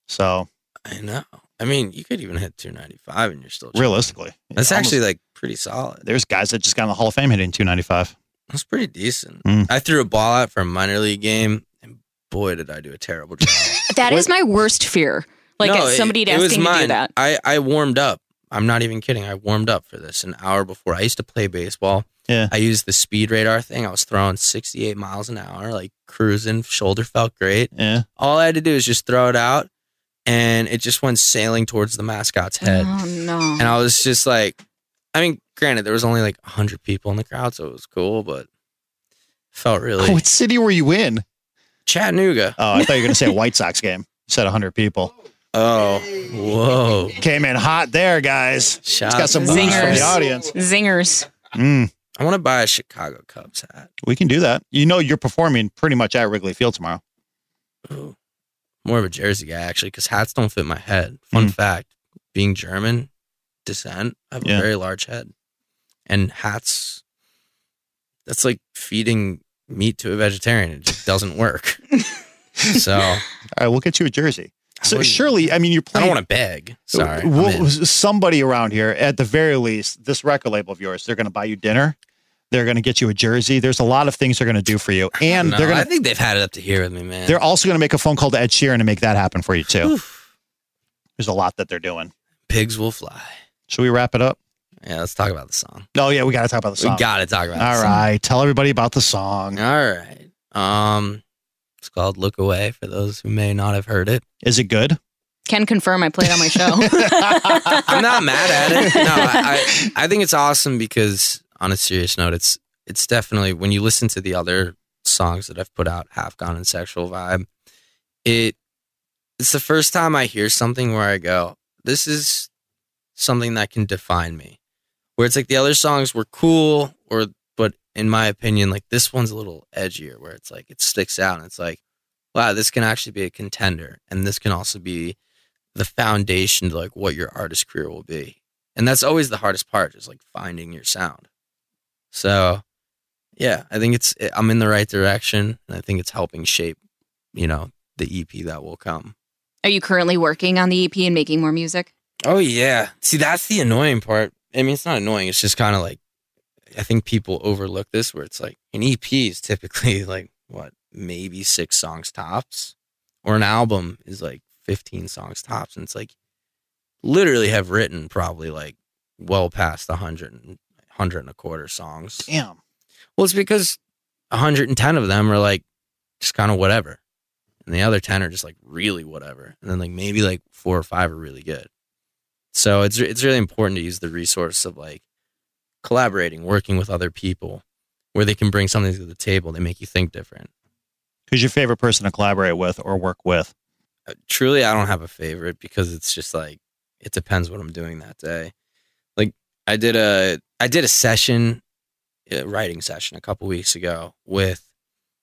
C: So
H: I know. I mean, you could even hit two ninety five, and you're still chilling.
C: realistically,
H: That's
C: almost-
H: actually like pretty solid.
C: there's guys that just got in the Hall of Fame hitting 295.
H: That's pretty decent.
C: Mm.
H: I threw a ball out for a minor league game, and boy, did I do a terrible job.
M: That is my worst fear. Like
H: No, it-
M: somebody
H: it was
M: asking me to do
H: mine.
M: that.
H: I, I warmed up. I'm not even kidding. I warmed up for this an hour before. I used to play baseball.
C: Yeah.
H: I used the speed radar thing. I was throwing 68 miles an hour, like cruising. Shoulder felt great.
C: Yeah.
H: All I had to do is just throw it out, and it just went sailing towards the mascot's head.
M: Oh no.
H: And I was just like, I mean, granted, there was only like 100 people in the crowd, so it was cool, but felt really
C: Oh, what city were you in?
H: Chattanooga.
C: Oh, I thought you were going to say a White Sox game. You said 100 people.
H: Oh, whoa.
C: Came in hot there, guys.
H: Shout
C: it's got some booze from the audience.
M: Zingers.
C: Mm,
H: I want to buy a Chicago Cubs hat.
C: we can do that. You know, you're performing pretty much at Wrigley Field tomorrow.
H: Ooh. More of a Jersey guy, actually, because hats don't fit my head.
C: Mm.
H: Fun fact being German descent, I have
C: Yeah.
H: a very large head. And hats, that's like feeding meat to a vegetarian. It just doesn't work. so I
C: All right, we'll get you a jersey. So
H: wouldn't-
C: surely, I mean, you're
H: don't
C: playing.
H: want to beg. Sorry. I'm
C: Well,
H: in.
C: somebody around here, at the very least, this record label of yours, they're going to buy you dinner. They're going to get you a jersey. There's a lot of things they're going to do for you, and
H: No,
C: they're
H: I
C: going to.
H: think they've had it up to here with me, man.
C: They're also going to make a phone call to Ed Sheeran and make that happen for you too. There's a lot that they're doing.
H: Pigs will fly.
C: Should we wrap it up?
H: Yeah, let's talk about the song.
C: Oh yeah, we got to talk about the song.
H: We got to talk about
C: All
H: the song.
C: right, tell everybody about the song.
H: All right. Um, it's called "Look Away" for those who may not have heard it.
C: Is it good?
M: Can confirm I played on my show.
H: I'm not mad at it. No, I, I I think it's awesome because on a serious note, it's it's definitely when you listen to the other songs that I've put out, Half Gone and Sexual Vibe, it it's the first time I hear something where I go, this is something that can define me. Where it's like the other songs were cool or but in my opinion, like this one's a little edgier where it's like it sticks out and it's like, wow, this can actually be a contender and this can also be the foundation to like what your artist career will be. And that's always the hardest part, just like finding your sound. So, yeah, I think it's eh, I'm in the right direction, and I think it's helping shape, you know, the EP that will come.
M: Are you currently working on the EP and making more music?
H: Oh yeah. See, that's the annoying part. I mean, it's not annoying. It's just kind of like I think people overlook this, where it's like an EP is typically like what maybe six songs tops, or an album is like fifteen songs tops, and it's like literally have written probably like well past 100 and, 100 and a quarter songs.
C: Damn.
H: Well, it's because 110 of them are like just kind of whatever. And the other 10 are just like really whatever. And then like maybe like four or five are really good. So it's it's really important to use the resource of like collaborating, working with other people where they can bring something to the table. They make you think different.
C: Who's your favorite person to collaborate with or work with?
H: Uh, truly I don't have a favorite because it's just like it depends what I'm doing that day. Like I did a I did a session a writing session a couple weeks ago with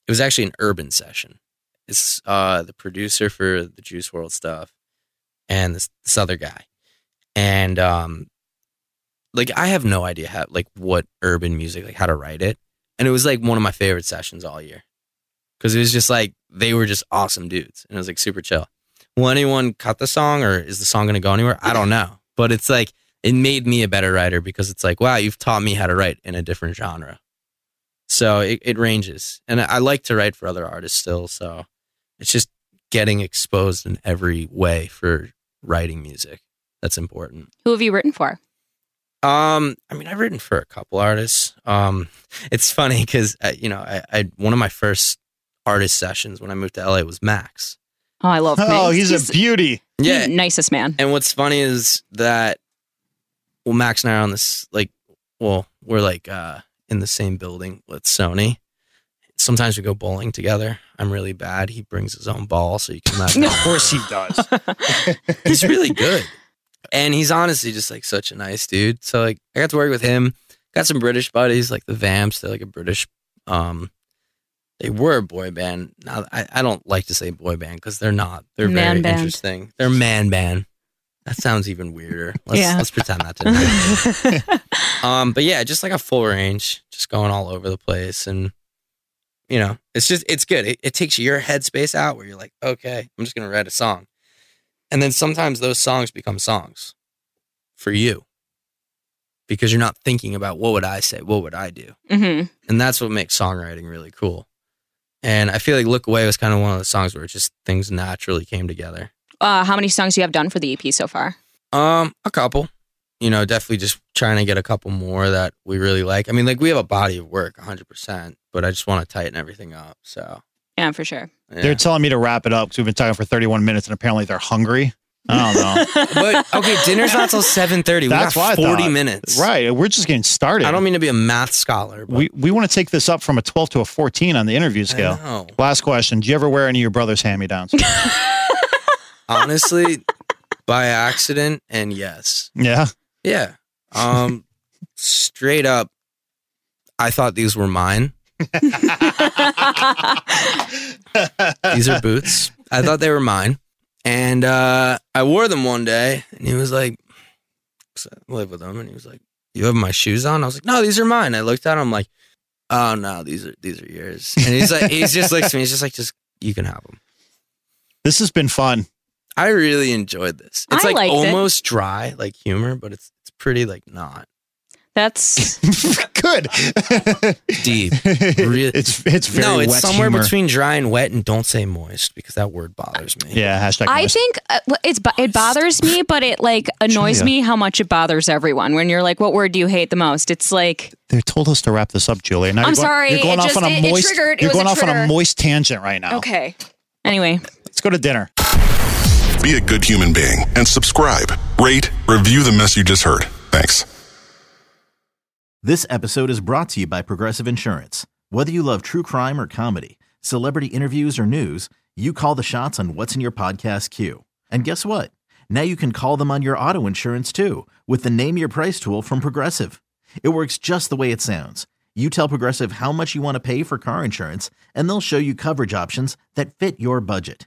H: it was actually an urban session. It's uh the producer for the Juice World stuff and this this other guy. And um like I have no idea how uh, like what urban music like how to write it. And it was like one of my favorite sessions all year. Cause it was just like they were just awesome dudes. And it was like super chill. Will anyone cut the song or is the song gonna go anywhere? I don't know. But it's like it made me a better writer because it's like, wow, you've taught me how to write in a different genre. So it, it ranges. And I I like to write for other artists still, so it's just getting exposed in every way for writing music. That's important.
M: Who have you written for?
H: Um, I mean, I've written for a couple artists. Um, it's funny because you know, I, I one of my first artist sessions when I moved to LA was Max.
M: Oh, I love.
C: Oh,
M: Max.
C: he's, a beauty.
H: Yeah,
M: the nicest man.
H: and what's funny is that well, Max and I are on this like, well, we're like uh in the same building with Sony. Sometimes we go bowling together. I'm really bad. He brings his own ball, so you can imagine.
C: Of course he does.
H: He's really good.
I: And he's honestly just like such a nice dude. So like I got to work with him. Got some British buddies like the Vamps. They're like a British. Um, they were a boy band. Now I, I don't like to say boy band because they're not. They're
F: Man
I: very
F: band.
I: interesting. They're man band. That sounds even weirder. Let's
F: Yeah.
I: let's pretend that didn't. happen. um, but yeah, just like a full range, just going all over the place, and you know, it's just it's good. It, it takes your headspace out where you're like, okay, I'm just gonna write a song, and then sometimes those songs become songs for you because you're not thinking about what would I say, what would I do,
F: Mm-hmm.
I: and that's what makes songwriting really cool. And I feel like "Look Away" was kind of one of the songs where it just things naturally came together.
F: Uh, how many songs you have done for
M: E
F: the EP so far?
I: Um, a couple. You know, definitely just trying to get a couple more that we really like. I mean, like we have a body of work, 100%, but I just want to tighten everything up. So,
F: Yeah, for sure.
I: yeah.
C: They're telling me to wrap it up because we've been talking for 31 minutes and apparently they're hungry. I don't know.
I: but okay, dinner's not till 7:30. We
C: That's
I: got
C: why
I: 40 minutes.
C: Right. We're just getting started.
I: I don't mean to be a math scholar. But
C: we we want to take this up from a 12 to a 14 on the interview scale.
I: know.
C: Last question. Do you ever wear any of your brother's hand me downs?
I: honestly, by accident and yes.
C: yeah.
I: Yeah. Um straight up I thought these were mine. these are boots. I thought they were mine. And uh, I wore them one day, and he was like, 'cause I live with him, and he was like, you have my shoes on? I was like, no, these are mine. I looked at him, like, oh, no, these are these are yours. And he's like, he's just looks at me, he's just like, just, you can have them.
C: This has been fun.
I: I really enjoyed this. It's
F: I
I: like
F: liked it.
I: almost dry, like humor, but it's it's pretty like not
F: That's
C: Good.
I: deep. Really,
C: It's it's very
I: no, it's
C: wet
I: somewhere
C: humor.
I: between dry and wet, and don't say moist because that word bothers me.
C: Yeah, hashtag
F: I
C: moist.
F: think uh, well, it's bo- it bothers me, but it like annoys
C: Julia.
F: me how much it bothers everyone. When you're like, "What word do you hate the most?" It's like
C: they told us to wrap this up, Julia. Now
F: I'm
C: you're going,
F: sorry,
C: You're going
F: it
C: off
F: just-
C: on a
F: it- it
C: moist.
F: triggered- it
C: you're
F: was a
C: going off on a
F: trigger.
C: moist tangent right now.
F: okay. Anyway,
C: Let's go to dinner.
E: Be a good human being and subscribe, rate, review the mess you just heard. Thanks.
H: This episode is brought to you by Progressive Insurance. Whether you love true crime or comedy, celebrity interviews or news, you call the shots on what's in your podcast queue. And guess what? Now you can call them on your auto insurance too with the Name Your Price tool from Progressive. It works just the way it sounds. You tell Progressive how much you want to pay for car insurance, and they'll show you coverage options that fit your budget.